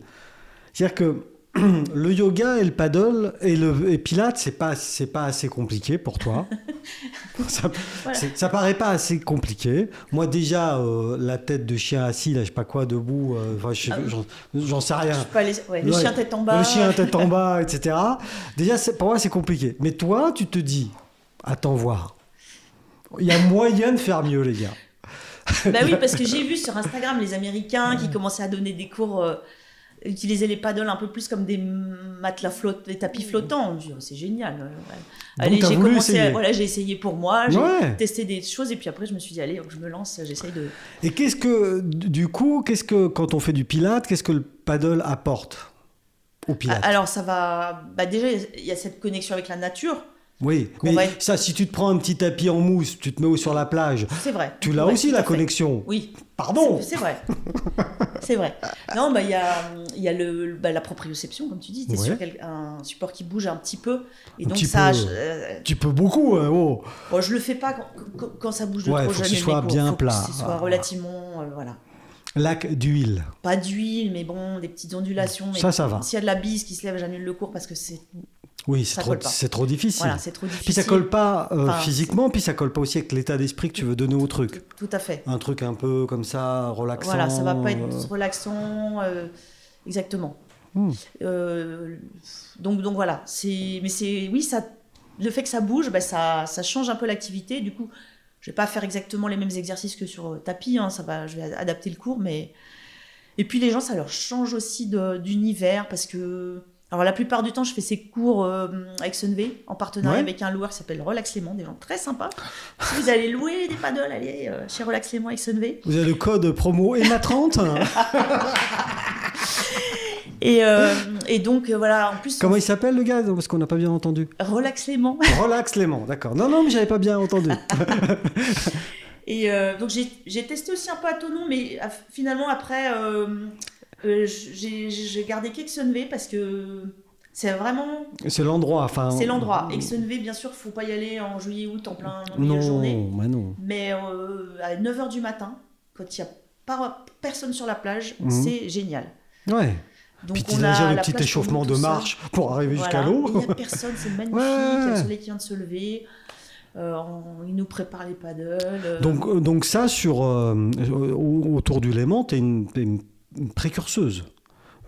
Speaker 1: C'est-à-dire que le yoga et le paddle et le et Pilates, c'est pas c'est pas assez compliqué pour toi. ça,
Speaker 2: Voilà.
Speaker 1: c'est- ça paraît pas assez compliqué. Moi déjà, euh, la tête de chien assis, là, je sais pas quoi, debout, euh, enfin, je sais-
Speaker 2: Ah.
Speaker 1: j'en- j'en sais
Speaker 2: Je
Speaker 1: rien.
Speaker 2: peux aller- ouais, le
Speaker 1: Ouais.
Speaker 2: chien tête en bas.
Speaker 1: Le chien tête en bas, etc. Déjà, c'est- pour moi, c'est compliqué. Mais toi, tu te dis, attends voir. Il y a moyen de faire mieux, les gars.
Speaker 2: Bah oui, parce que j'ai vu sur Instagram les Américains qui commençaient à donner des cours, euh, utiliser les paddles un peu plus comme des matelas flottants, des tapis flottants. Je me suis dit, Oh, c'est génial. euh,
Speaker 1: Mm.
Speaker 2: ouais.
Speaker 1: Donc,
Speaker 2: Allez,
Speaker 1: t'as
Speaker 2: j'ai
Speaker 1: voulu
Speaker 2: commencé, à-
Speaker 1: essayer.
Speaker 2: voilà, j'ai essayé pour moi, j'ai
Speaker 1: Ouais.
Speaker 2: testé des choses et puis après je me suis dit allez, hop, je me lance, j'essaye de.
Speaker 1: Et qu'est-ce que, du coup, qu'est-ce que quand on fait du pilate, qu'est-ce que le paddle apporte au pilate
Speaker 2: Ah, Alors ça va, bah déjà il y a cette connexion avec la nature,
Speaker 1: Oui,
Speaker 2: qu'on
Speaker 1: mais
Speaker 2: va-
Speaker 1: ça, si tu te prends un petit tapis en mousse, tu te mets sur la plage,
Speaker 2: c'est vrai.
Speaker 1: tu l'as
Speaker 2: Ouais,
Speaker 1: aussi
Speaker 2: tout
Speaker 1: la
Speaker 2: à fait.
Speaker 1: connexion.
Speaker 2: Oui,
Speaker 1: Pardon
Speaker 2: c'est- c'est vrai, c'est vrai. Non, bah il y a, il y a le, bah, la proprioception comme tu dis, t'es
Speaker 1: Ouais.
Speaker 2: sur quel- un support qui bouge un petit peu et
Speaker 1: Un
Speaker 2: donc
Speaker 1: petit
Speaker 2: ça,
Speaker 1: peu.
Speaker 2: je, euh,
Speaker 1: Tu peux beaucoup, hein, oh.
Speaker 2: bon, je le fais pas quand, quand- quand ça bouge de
Speaker 1: Ouais,
Speaker 2: trop
Speaker 1: faut que ce
Speaker 2: jeune, mes
Speaker 1: soit
Speaker 2: cours.
Speaker 1: bien
Speaker 2: Faut que
Speaker 1: plat.
Speaker 2: ce
Speaker 1: Voilà.
Speaker 2: soit relativement, euh, voilà,
Speaker 1: Lac d'huile.
Speaker 2: pas d'huile, mais bon, des petites ondulations. mais
Speaker 1: Ça, ça va.
Speaker 2: S'il y a de la bise qui se lève, j'annule le cours parce que c'est,
Speaker 1: Oui, c'est
Speaker 2: Ça
Speaker 1: trop,
Speaker 2: colle pas.
Speaker 1: c'est trop difficile.
Speaker 2: voilà, c'est trop difficile.
Speaker 1: puis ça colle pas euh,
Speaker 2: Enfin,
Speaker 1: physiquement, puis ça colle pas aussi avec l'état d'esprit que tu veux donner au truc.
Speaker 2: Tout à fait.
Speaker 1: Un truc un peu comme ça, relaxant.
Speaker 2: Voilà, ça va pas
Speaker 1: euh,
Speaker 2: être relaxant, euh, exactement.
Speaker 1: Hmm.
Speaker 2: Euh, donc, donc voilà, c'est, mais c'est, oui, ça, le fait que ça bouge, bah, ça, ça change un peu l'activité. Du coup, je vais pas faire exactement les mêmes exercices que sur euh, tapis, hein, ça va, je vais a- adapter le cours, mais et puis les gens, ça leur change aussi de- d'univers parce que, alors la plupart du temps, je fais ces cours euh, avec Sunway en partenariat
Speaker 1: Ouais.
Speaker 2: avec un loueur qui s'appelle Relax Léman, des gens très sympas. si vous allez louer des paddles, allez euh, chez Relax Léman avec Sunway.
Speaker 1: Vous avez le code promo EMA30
Speaker 2: Et, euh, et donc euh, voilà, en plus,
Speaker 1: Comment il s'appelle le gars Non, Parce qu'on n'a pas bien entendu.
Speaker 2: relax Léman.
Speaker 1: Relax Léman, d'accord. Non, non, mais j'avais pas bien entendu.
Speaker 2: Et euh, donc j'ai j'ai testé aussi un peu à Tonon, mais à- finalement après, euh, euh, j'ai j'ai gardé qu'Exonvé parce que c'est vraiment
Speaker 1: C'est l'endroit, enfin.
Speaker 2: c'est l'endroit. Exonvé, bien sûr, faut pas y aller en juillet août en plein en milieu de
Speaker 1: Non,
Speaker 2: journée,
Speaker 1: mais non.
Speaker 2: mais euh, à 9h du matin, quand il y a pas, personne sur la plage,
Speaker 1: Mhm.
Speaker 2: c'est génial.
Speaker 1: Ouais.
Speaker 2: Donc
Speaker 1: Puis tu
Speaker 2: on a
Speaker 1: déjà le
Speaker 2: la
Speaker 1: petit
Speaker 2: plage pour nous
Speaker 1: échauffement
Speaker 2: tout
Speaker 1: de
Speaker 2: seul.
Speaker 1: marche pour arriver jusqu'à
Speaker 2: Voilà.
Speaker 1: l'eau.
Speaker 2: Et Il n'y a personne, c'est magnifique,
Speaker 1: Ouais.
Speaker 2: il y a le soleil qui vient de se lever. Euh, on- ils nous préparent les paddles. euh,
Speaker 1: Donc, euh, donc ça, sur, euh, au- autour du Léman, tu es une, t'es une- une précurseuse.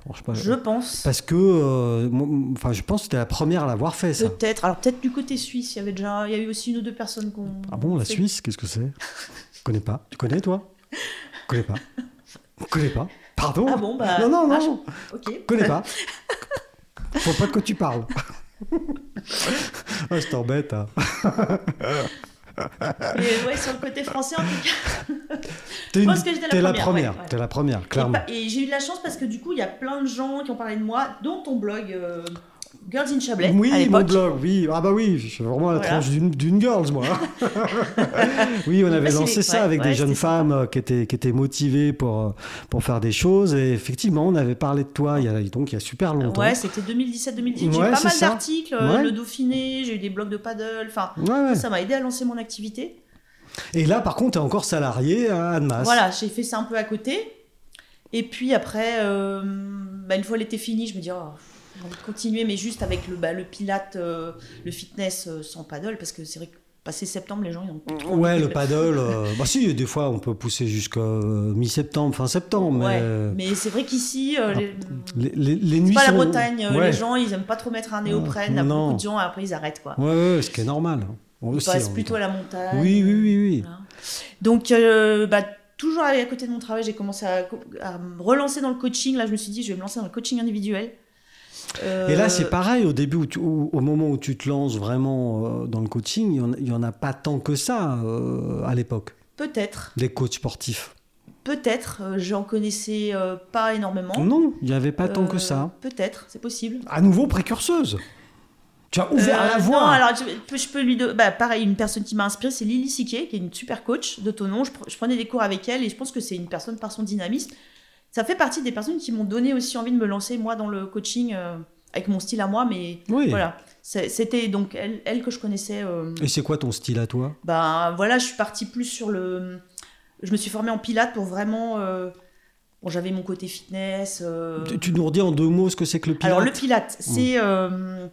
Speaker 1: Alors, je sais pas,
Speaker 2: je pense.
Speaker 1: Parce que, euh, moi, enfin, je pense que c'était la première à l'avoir fait, ça.
Speaker 2: Peut-être. Alors peut-être du côté suisse, il y avait déjà, il y a eu aussi une ou deux personnes qu'on.
Speaker 1: Ah bon, la
Speaker 2: fait-
Speaker 1: Suisse, qu'est-ce que c'est Je connais pas. Tu connais, toi Je connais pas. Je connais pas. Pardon
Speaker 2: Ah bon, bah,
Speaker 1: Non, non,
Speaker 2: ah,
Speaker 1: non,
Speaker 2: Ok.
Speaker 1: je connais pas. Faut pas que tu parles. Ah, je t'embête. hein.
Speaker 2: Mais euh, ouais, sur le côté français en tout cas.
Speaker 1: T'es
Speaker 2: pense que j'étais la
Speaker 1: t'es la
Speaker 2: première,
Speaker 1: première.
Speaker 2: ouais, ouais.
Speaker 1: T'es la première,
Speaker 2: Et
Speaker 1: clairement.
Speaker 2: pas- Et, j'ai eu de la chance parce que du coup, il y a plein de gens qui ont parlé de moi, dont ton blog euh, Girls in Chablais.
Speaker 1: Oui,
Speaker 2: à
Speaker 1: mon
Speaker 2: l'époque.
Speaker 1: blog, oui. Ah bah oui, je suis vraiment à la
Speaker 2: Voilà.
Speaker 1: tranche d'une- d'une girls, moi. oui, on
Speaker 2: Bah,
Speaker 1: avait
Speaker 2: c'est-
Speaker 1: lancé ça
Speaker 2: ouais,
Speaker 1: avec
Speaker 2: ouais,
Speaker 1: des jeunes
Speaker 2: c'était sympa.
Speaker 1: femmes euh, qui étaient, qui étaient motivées pour, euh, pour faire des choses. Et effectivement, on avait parlé de toi il y a, donc il y a super longtemps.
Speaker 2: Ouais, c'était 2017-2018. j'ai
Speaker 1: Ouais,
Speaker 2: eu pas
Speaker 1: c'est
Speaker 2: mal
Speaker 1: ça.
Speaker 2: d'articles, euh,
Speaker 1: Ouais.
Speaker 2: le Dauphiné, j'ai eu des blogs de paddle. Enfin,
Speaker 1: Ouais, ouais.
Speaker 2: ça m'a aidé à lancer mon activité.
Speaker 1: Et là, par contre, t'es encore salarié à Annemasse.
Speaker 2: Voilà, j'ai fait ça un peu à côté. Et puis après, euh, bah, une fois l'été fini, je me dis, oh, j'ai envie de continuer, mais juste avec le, bah, le pilate, euh, le fitness euh, sans paddle, parce que c'est vrai que passé septembre, les gens, ils ont plus trop
Speaker 1: Ouais,
Speaker 2: envie
Speaker 1: le
Speaker 2: de-
Speaker 1: paddle. euh, bah si, des fois, on peut pousser jusqu'à euh, mi-septembre, fin septembre. Mais... euh,
Speaker 2: Ouais, mais c'est vrai qu'ici, euh, les-
Speaker 1: Ah, Les, les- les nuits
Speaker 2: c'est pas la
Speaker 1: sont-
Speaker 2: Bretagne, euh,
Speaker 1: Ouais.
Speaker 2: les gens, ils aiment pas trop mettre un néoprène. à
Speaker 1: non.
Speaker 2: Beaucoup de gens, après, ils arrêtent, quoi.
Speaker 1: Ouais, ouais, ce qui est normal. On le
Speaker 2: Ils
Speaker 1: sait,
Speaker 2: passent
Speaker 1: en
Speaker 2: plutôt à la montagne.
Speaker 1: hein, Oui, oui, oui, oui.
Speaker 2: Voilà. Donc, euh, bah, toujours à côté de mon travail, j'ai commencé à, co- à me relancer dans le coaching. Là, je me suis dit, je vais me lancer dans le coaching individuel. Euh,
Speaker 1: Et là, c'est pareil, au début, où tu- où- au moment où tu te lances vraiment euh, dans le coaching, il y en a- il n'y en, a pas tant que ça euh, à l'époque,
Speaker 2: Peut-être,
Speaker 1: les coachs sportifs.
Speaker 2: peut-être. euh, J'en connaissais euh, pas énormément.
Speaker 1: Non, il n'y avait pas tant
Speaker 2: Euh,
Speaker 1: que ça.
Speaker 2: Peut-être, c'est possible.
Speaker 1: À nouveau, précurseuse. Tu as ouvert
Speaker 2: Euh,
Speaker 1: la voie.
Speaker 2: Non, alors je je peux, je peux lui. de- Bah, pareil, une personne qui m'a inspirée, c'est Lily Siquet, qui est une super coach de Tonon. Je, pre- je prenais des cours avec elle et je pense que c'est une personne par son dynamisme. Ça fait partie des personnes qui m'ont donné aussi envie de me lancer, moi, dans le coaching, euh, avec mon style à moi, mais
Speaker 1: Oui.
Speaker 2: voilà. C'est- C'était donc elle, elle que je connaissais. euh,
Speaker 1: Et c'est quoi ton style à toi
Speaker 2: ben voilà, je suis partie plus sur le. Je me suis formée en pilates pour vraiment. euh, Bon, j'avais mon côté fitness. euh,
Speaker 1: tu, tu nous redis en deux mots ce que c'est que le pilate Mmh.
Speaker 2: alors le pilate, c'est euh,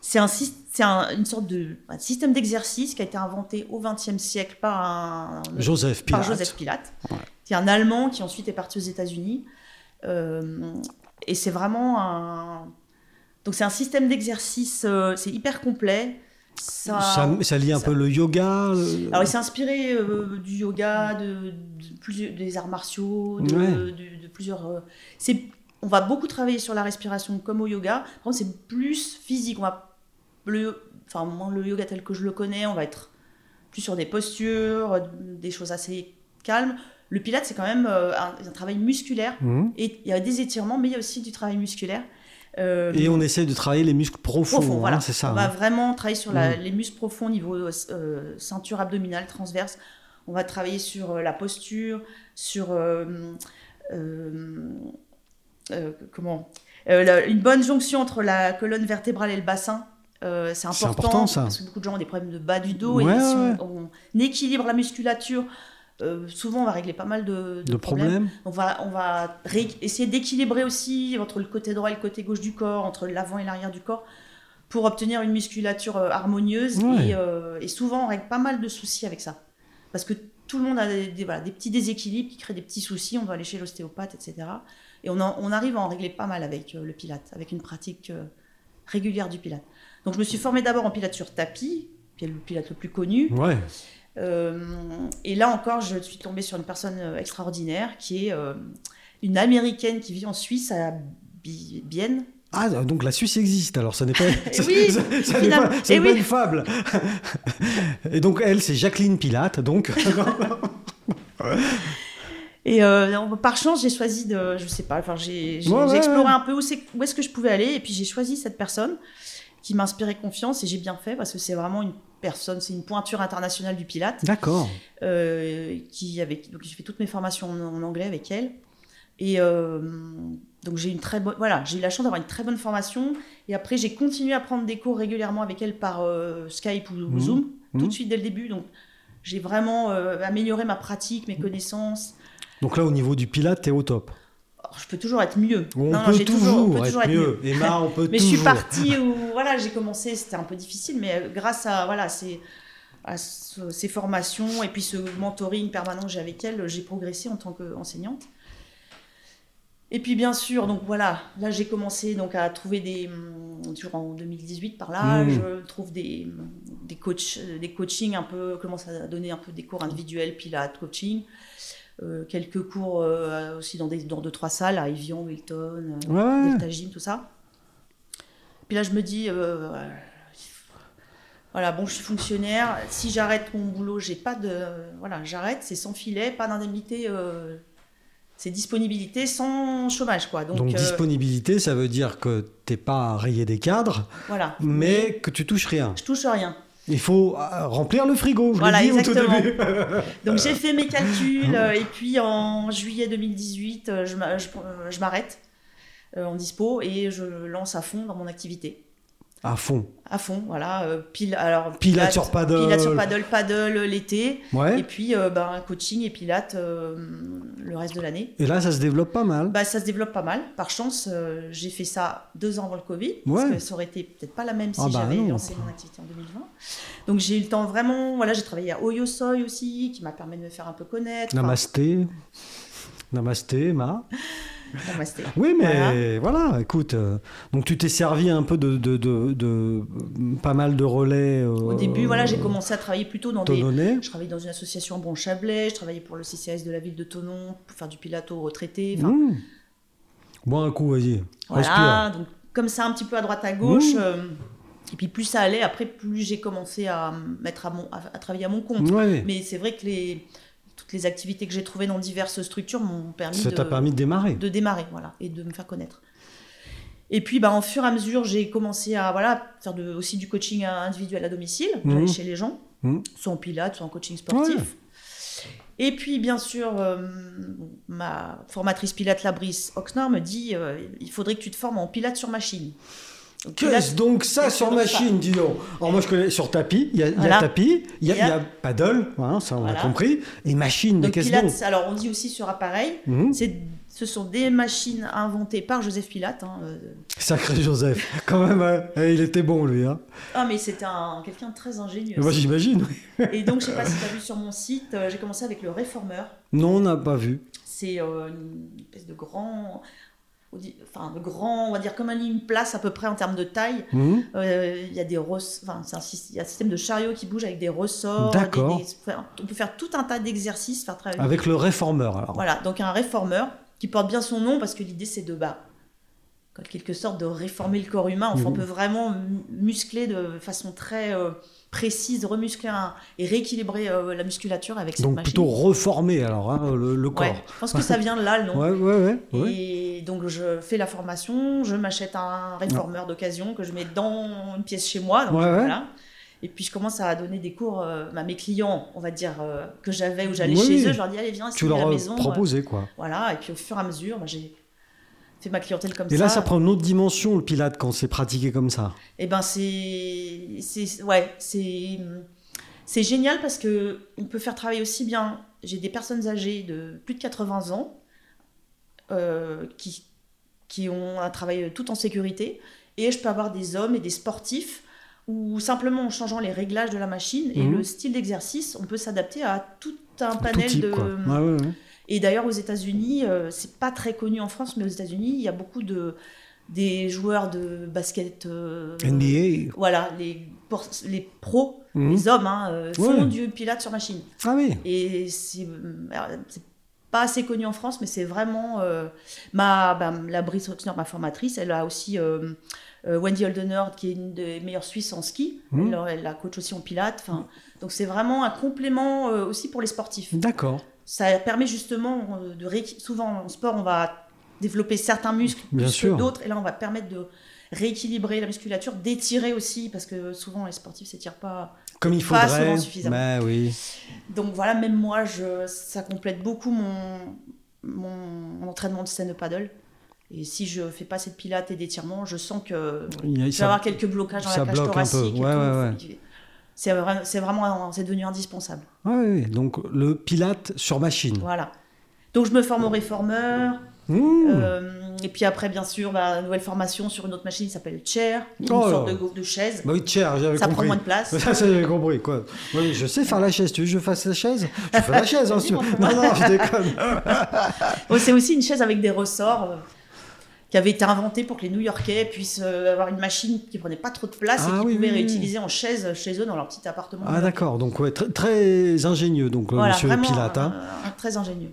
Speaker 2: c'est un, syst- c'est un- une sorte de un système d'exercice qui a été inventé au XXe siècle par un
Speaker 1: Joseph
Speaker 2: par
Speaker 1: Pilate.
Speaker 2: Joseph Pilate.
Speaker 1: Ouais.
Speaker 2: C'est un Allemand qui ensuite est parti aux États-Unis. Euh, et c'est vraiment un donc c'est un système d'exercice, euh, c'est hyper complet. Ça,
Speaker 1: ça, ça lie un
Speaker 2: ça-
Speaker 1: peu le yoga. le-
Speaker 2: alors, il s'est Ah inspiré euh, du yoga, de, de plusieurs, des arts martiaux, de,
Speaker 1: Ouais.
Speaker 2: de- de plusieurs. euh, c'est, on va beaucoup travailler sur la respiration comme au yoga. Par contre, c'est plus physique. On va le, enfin, moi, le yoga tel que je le connais, on va être plus sur des postures, euh, des choses assez calmes. Le pilate, c'est quand même euh, un, un travail musculaire.
Speaker 1: Mhm.
Speaker 2: Et il y a des étirements, mais il y a aussi du travail musculaire. Euh,
Speaker 1: Et on essaie de travailler les muscles profonds,
Speaker 2: profond,
Speaker 1: hein,
Speaker 2: voilà.
Speaker 1: c'est ça.
Speaker 2: On
Speaker 1: hein.
Speaker 2: va vraiment travailler sur la-
Speaker 1: Mhm.
Speaker 2: les muscles profonds au niveau euh, ceinture abdominale transverse. On va travailler sur euh, la posture, sur euh, euh, euh, comment euh, la- une bonne jonction entre la colonne vertébrale et le bassin. Euh, c'est
Speaker 1: C'est
Speaker 2: important,
Speaker 1: important, ça.
Speaker 2: parce que beaucoup de gens ont des problèmes de bas du dos
Speaker 1: Ouais,
Speaker 2: et si
Speaker 1: ouais.
Speaker 2: on, on équilibre la musculature, euh, souvent on va régler pas mal de, de
Speaker 1: Le problème
Speaker 2: on va, on va ré- essayer d'équilibrer aussi entre le côté droit et le côté gauche du corps, entre l'avant et l'arrière du corps, pour obtenir une musculature euh, harmonieuse.
Speaker 1: Ouais.
Speaker 2: Et, euh, et souvent, on règle pas mal de soucis avec ça. Parce que tout le monde a des, des- voilà, des petits déséquilibres qui créent des petits soucis. On va aller chez l'ostéopathe, etc. Et on, en- on arrive à en régler pas mal avec euh, le pilate, avec une pratique euh, régulière du pilate. Donc, je me suis formée d'abord en pilate sur tapis, qui est le pilate le plus connu.
Speaker 1: Ouais.
Speaker 2: Euh, et là encore, je suis tombée sur une personne euh, extraordinaire qui est euh, une américaine qui vit en Suisse à Bi- Bienne.
Speaker 1: Ah, donc la Suisse existe, alors ça n'est pas, ça-
Speaker 2: oui,
Speaker 1: ça- ça n'est
Speaker 2: finalement.
Speaker 1: pas, ça
Speaker 2: Eh
Speaker 1: n'est pas
Speaker 2: oui.
Speaker 1: une fable. Et donc elle, c'est Jacqueline Pilate, donc.
Speaker 2: Et euh, non, par chance, j'ai choisi de, je sais pas, enfin j'ai j'ai-
Speaker 1: Ouais,
Speaker 2: j'ai
Speaker 1: ouais,
Speaker 2: exploré
Speaker 1: ouais.
Speaker 2: un peu où, c'est- où est-ce que je pouvais aller, et puis j'ai choisi cette personne qui m'inspirait confiance, et j'ai bien fait parce que c'est vraiment une personne, c'est une pointure internationale du Pilate.
Speaker 1: D'accord.
Speaker 2: euh, qui avec donc j'ai fait toutes mes formations en, en anglais avec elle et euh, donc j'ai une très bonne voilà j'ai eu la chance d'avoir une très bonne formation et après j'ai continué à prendre des cours régulièrement avec elle par euh, Skype ou
Speaker 1: Mhm.
Speaker 2: Zoom tout
Speaker 1: Mhm.
Speaker 2: de suite dès le début donc j'ai vraiment euh, amélioré ma pratique mes connaissances
Speaker 1: Donc là, au niveau du Pilate, t'es au top.
Speaker 2: Alors, je peux toujours être mieux
Speaker 1: On,
Speaker 2: Non, non,
Speaker 1: peut
Speaker 2: j'ai toujours- on peut
Speaker 1: toujours
Speaker 2: toujours
Speaker 1: être
Speaker 2: être
Speaker 1: mieux. Emma, on peut
Speaker 2: mais je suis
Speaker 1: toujours.
Speaker 2: partie où voilà j'ai commencé c'était un peu difficile mais euh, grâce à voilà ces à ce- ces formations et puis ce mentoring permanent que j'ai avec elle j'ai progressé en tant qu'enseignante Et puis bien sûr, donc voilà, là j'ai commencé donc à trouver des hum, durant 2018 par là,
Speaker 1: Mhm.
Speaker 2: je trouve des hum, des coachs, des coachings un peu, je commence à donner un peu des cours individuels, pilates, coaching, euh, quelques cours euh, aussi dans des dans deux trois salles à Evian, Wilton, euh,
Speaker 1: Ouais.
Speaker 2: Delta Gym, tout ça. Puis là je me dis euh, euh, voilà bon je suis fonctionnaire, si j'arrête mon boulot j'ai pas de voilà j'arrête, c'est sans filet, pas d'indemnité. euh, c'est disponibilité sans chômage, quoi. Donc,
Speaker 1: Donc,
Speaker 2: euh,
Speaker 1: disponibilité, ça veut dire que t'es pas rayé des cadres,
Speaker 2: voilà.
Speaker 1: mais que tu touches rien.
Speaker 2: Je touche à rien.
Speaker 1: Il faut euh, remplir le frigo, je
Speaker 2: Voilà,
Speaker 1: l'ai dit
Speaker 2: exactement.
Speaker 1: au tout début.
Speaker 2: Donc j'ai fait mes calculs euh, et puis en juillet 2018, euh, je m'a- je euh, je m'arrête euh, en dispo et je lance à fond dans mon activité.
Speaker 1: à fond.
Speaker 2: À fond, voilà. euh, Pile, alors,
Speaker 1: Pilates sur paddle.
Speaker 2: Pilates sur paddle, paddle euh, l'été. Et
Speaker 1: Ouais.
Speaker 2: puis euh, ben, coaching et pilates euh, le reste de l'année.
Speaker 1: Et là, ça se développe pas mal.
Speaker 2: Bah, ça se développe pas mal. Par chance, euh, j'ai fait ça deux ans avant le Covid, parce
Speaker 1: Ouais.
Speaker 2: que ça aurait été peut-être pas la même si
Speaker 1: Ah bah
Speaker 2: j'avais
Speaker 1: non.
Speaker 2: lancé mon activité en 2020. Donc j'ai eu le temps vraiment. Voilà, j'ai travaillé à Oyo Soy aussi, qui m'a permis de me faire un peu connaître.
Speaker 1: Ah bah
Speaker 2: Enfin,
Speaker 1: Namasté. Namasté, Ma.
Speaker 2: namasté.
Speaker 1: Oui, mais voilà, écoute. euh, donc, tu t'es servi un peu de, de, de- de- pas mal de relais. euh,
Speaker 2: Au début, voilà, j'ai commencé à travailler plutôt dans des.
Speaker 1: Tononné.
Speaker 2: Je travaillais dans une association bon Chablais, je travaillais pour le CCAS de la ville de Tonon pour faire du pilato aux retraités. Enfin,
Speaker 1: Mmh. Bois un coup, vas-y. Respire.
Speaker 2: Voilà, donc comme ça un petit peu à droite à gauche.
Speaker 1: Mmh.
Speaker 2: euh, et puis plus ça allait, après plus j'ai commencé à mettre à mon à, à travailler à mon compte.
Speaker 1: Ouais.
Speaker 2: Mais c'est vrai que les, toutes les activités que j'ai trouvées dans diverses structures m'ont permis,
Speaker 1: Ça
Speaker 2: de,
Speaker 1: t'a permis de démarrer.
Speaker 2: de démarrer voilà, et de me faire connaître. Et puis, bah, en fur et à mesure, j'ai commencé à voilà, faire de- aussi du coaching à- individuel à domicile,
Speaker 1: Mhm.
Speaker 2: j'allais chez les gens,
Speaker 1: Mhm.
Speaker 2: soit en pilates, soit en coaching sportif.
Speaker 1: Ouais.
Speaker 2: Et puis, bien sûr, euh, ma formatrice pilate Labrice Oxnard me dit euh, il faudrait que tu te formes en pilates sur machine. Donc,
Speaker 1: Qu'est-ce
Speaker 2: pilates-
Speaker 1: donc ça
Speaker 2: qu'est-ce
Speaker 1: sur
Speaker 2: donc ça
Speaker 1: machine, dis donc Alors moi je connais sur tapis, il y a, il y a
Speaker 2: Voilà.
Speaker 1: tapis, il y a,
Speaker 2: Il y a-
Speaker 1: il y a paddle, hein, ça on
Speaker 2: Voilà.
Speaker 1: a compris, et machine, mais
Speaker 2: donc,
Speaker 1: qu'est-ce
Speaker 2: pilates,
Speaker 1: donc
Speaker 2: alors on dit aussi sur appareil,
Speaker 1: Mhm.
Speaker 2: C'est- ce sont des machines inventées par Joseph Pilate. hein, euh.
Speaker 1: Sacré Joseph, quand même, hein. Eh, il était bon lui. Hein.
Speaker 2: Ah, mais c'était un, quelqu'un de très ingénieux.
Speaker 1: Moi j'imagine.
Speaker 2: Et donc, je sais pas si tu as vu sur mon site, euh, j'ai commencé avec le réformeur.
Speaker 1: Non, on n'a pas vu.
Speaker 2: C'est euh, une espèce de grand. on dit- Enfin, de grand, on va dire comme un lit, une place à peu près en termes de taille.
Speaker 1: Mhm.
Speaker 2: Euh, Il y a des res- enfin, c'est un, syst- il y a un système de chariot qui bouge avec des ressorts. des-
Speaker 1: D'accord.
Speaker 2: des- enfin, on peut faire tout un tas d'exercices, faire travailler.
Speaker 1: Avec le réformeur alors.
Speaker 2: Voilà, donc un réformeur qui porte bien son nom parce que l'idée c'est de bah, en quelque sorte de réformer le corps humain. Enfin, on
Speaker 1: Mhm.
Speaker 2: peut vraiment mu- muscler de façon très euh, précise, remuscler un- et rééquilibrer euh, la musculature avec cette
Speaker 1: donc
Speaker 2: machine.
Speaker 1: plutôt reformer alors hein, le, le
Speaker 2: Ouais,
Speaker 1: corps.
Speaker 2: je pense que ça vient de là le nom.
Speaker 1: Ouais, ouais, ouais. ouais.
Speaker 2: Et donc je fais la formation, je m'achète un réformeur d'occasion que je mets dans une pièce chez moi. donc
Speaker 1: Ouais, ouais.
Speaker 2: voilà. Et puis je commence à donner des cours euh, à mes clients, on va dire, euh, que j'avais ou j'allais
Speaker 1: Oui.
Speaker 2: chez eux. Je leur dis, allez, viens,
Speaker 1: Tu
Speaker 2: essayer à
Speaker 1: leur
Speaker 2: la
Speaker 1: euh,
Speaker 2: maison. euh,
Speaker 1: proposais quoi.
Speaker 2: voilà, et puis au fur et à mesure, bah, j'ai fait ma clientèle comme
Speaker 1: Et
Speaker 2: euh, ça.
Speaker 1: là ça prend une autre dimension le pilate quand c'est pratiqué comme ça.
Speaker 2: Et ben c'est, c'est, ouais, c'est, c'est génial parce que on peut faire travailler aussi bien. J'ai des personnes âgées de plus de 80 ans euh, qui qui ont un travail euh, tout en sécurité, et je peux avoir des hommes et des sportifs où simplement en changeant les réglages de la machine et
Speaker 1: Mhm.
Speaker 2: le style d'exercice, on peut s'adapter à tout un
Speaker 1: Tout
Speaker 2: panel
Speaker 1: type
Speaker 2: de
Speaker 1: quoi. Ouais, ouais, ouais.
Speaker 2: et d'ailleurs, aux États-Unis, euh, c'est pas très connu en France, mais aux États-Unis, il y a beaucoup de des joueurs de basket. euh,
Speaker 1: NBA.
Speaker 2: Voilà, les, por- les pros,
Speaker 1: Mhm.
Speaker 2: les hommes, hein, euh, font
Speaker 1: Ouais.
Speaker 2: du pilates sur machine.
Speaker 1: Ah oui.
Speaker 2: Et c'est euh, alors, c'est pas assez connu en France, mais c'est vraiment. euh, ma, bah, la Brice Oxner, ma formatrice, elle a aussi euh, euh, Wendy Holdenord, qui est une des meilleures Suisses en ski.
Speaker 1: Mhm.
Speaker 2: Elle, elle la coach aussi en pilates. Enfin, Donc c'est vraiment un complément euh, aussi pour les sportifs
Speaker 1: D'accord.
Speaker 2: ça permet justement euh, de ré- souvent en sport on va développer certains muscles
Speaker 1: Bien
Speaker 2: plus
Speaker 1: sûr.
Speaker 2: que d'autres et là on va permettre de rééquilibrer la musculature d'étirer aussi parce que souvent les sportifs s'étirent pas
Speaker 1: Comme il
Speaker 2: Pas
Speaker 1: faudrait.
Speaker 2: souvent suffisamment.
Speaker 1: Bah oui.
Speaker 2: donc voilà même moi je ça complète beaucoup mon mon, mon entraînement de scène de paddle et si je fais pas assez de pilates et d'étirements je sens que
Speaker 1: Il y a-
Speaker 2: je vais
Speaker 1: ça-
Speaker 2: avoir quelques blocages dans
Speaker 1: ça
Speaker 2: la cage
Speaker 1: bloque un peu.
Speaker 2: thoracique et
Speaker 1: Ouais,
Speaker 2: tout.
Speaker 1: ouais,
Speaker 2: c'est vra- c'est vraiment un- c'est devenu indispensable
Speaker 1: Ouais, ouais, Ah donc le pilate sur machine.
Speaker 2: voilà donc je me forme au réformeur
Speaker 1: Mmh.
Speaker 2: Euh, Et puis après, bien sûr, bah, nouvelle formation sur une autre machine qui s'appelle chair, une
Speaker 1: Oh là
Speaker 2: sorte
Speaker 1: là.
Speaker 2: de, gauche de chaise.
Speaker 1: Bah oui, chair, j'avais
Speaker 2: ça
Speaker 1: compris.
Speaker 2: prend moins de place.
Speaker 1: Ça, ça, j'avais compris, quoi. Oui, je sais faire la chaise. Tu veux que je fasse la chaise Je fais la chaise, hein, si- Non, non, je déconne.
Speaker 2: Oh, c'est aussi une chaise avec des ressorts euh, qui avait été inventée pour que les New-Yorkais puissent euh, avoir une machine qui prenait pas trop de place
Speaker 1: Ah
Speaker 2: et qu'ils
Speaker 1: oui,
Speaker 2: pouvaient
Speaker 1: oui, oui.
Speaker 2: réutiliser en chaise chez eux dans leur petit appartement.
Speaker 1: Ah, d'accord. Donc, ouais, très, très ingénieux, donc, euh,
Speaker 2: Voilà,
Speaker 1: monsieur
Speaker 2: vraiment,
Speaker 1: Pilate. hein.
Speaker 2: euh, très ingénieux.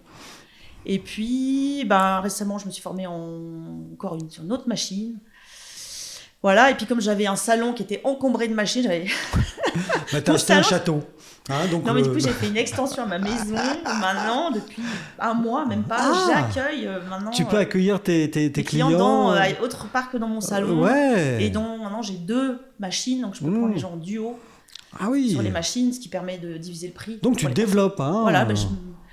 Speaker 2: Et puis, ben, récemment, je me suis formée en- encore une, sur une autre machine. Voilà, et puis comme j'avais un salon qui était encombré de machines, j'avais
Speaker 1: Bah, t'as
Speaker 2: Mon
Speaker 1: acheté un
Speaker 2: euh, salon-
Speaker 1: château. Hein, donc,
Speaker 2: Non, mais du
Speaker 1: euh,
Speaker 2: coup, j'ai fait une extension à ma maison maintenant, depuis un mois, même pas.
Speaker 1: Ah.
Speaker 2: J'accueille euh, maintenant
Speaker 1: tu peux
Speaker 2: euh,
Speaker 1: accueillir tes, tes, tes
Speaker 2: des
Speaker 1: clients.
Speaker 2: dans,
Speaker 1: euh,
Speaker 2: euh, autre part que dans mon salon.
Speaker 1: Ouais.
Speaker 2: Et donc, maintenant, j'ai deux machines, donc je peux
Speaker 1: Mm.
Speaker 2: prendre les gens en duo
Speaker 1: ah oui.
Speaker 2: sur les machines, ce qui permet de diviser le prix.
Speaker 1: Donc, tu
Speaker 2: Pour les-
Speaker 1: développes. Hein.
Speaker 2: Voilà, ben, je-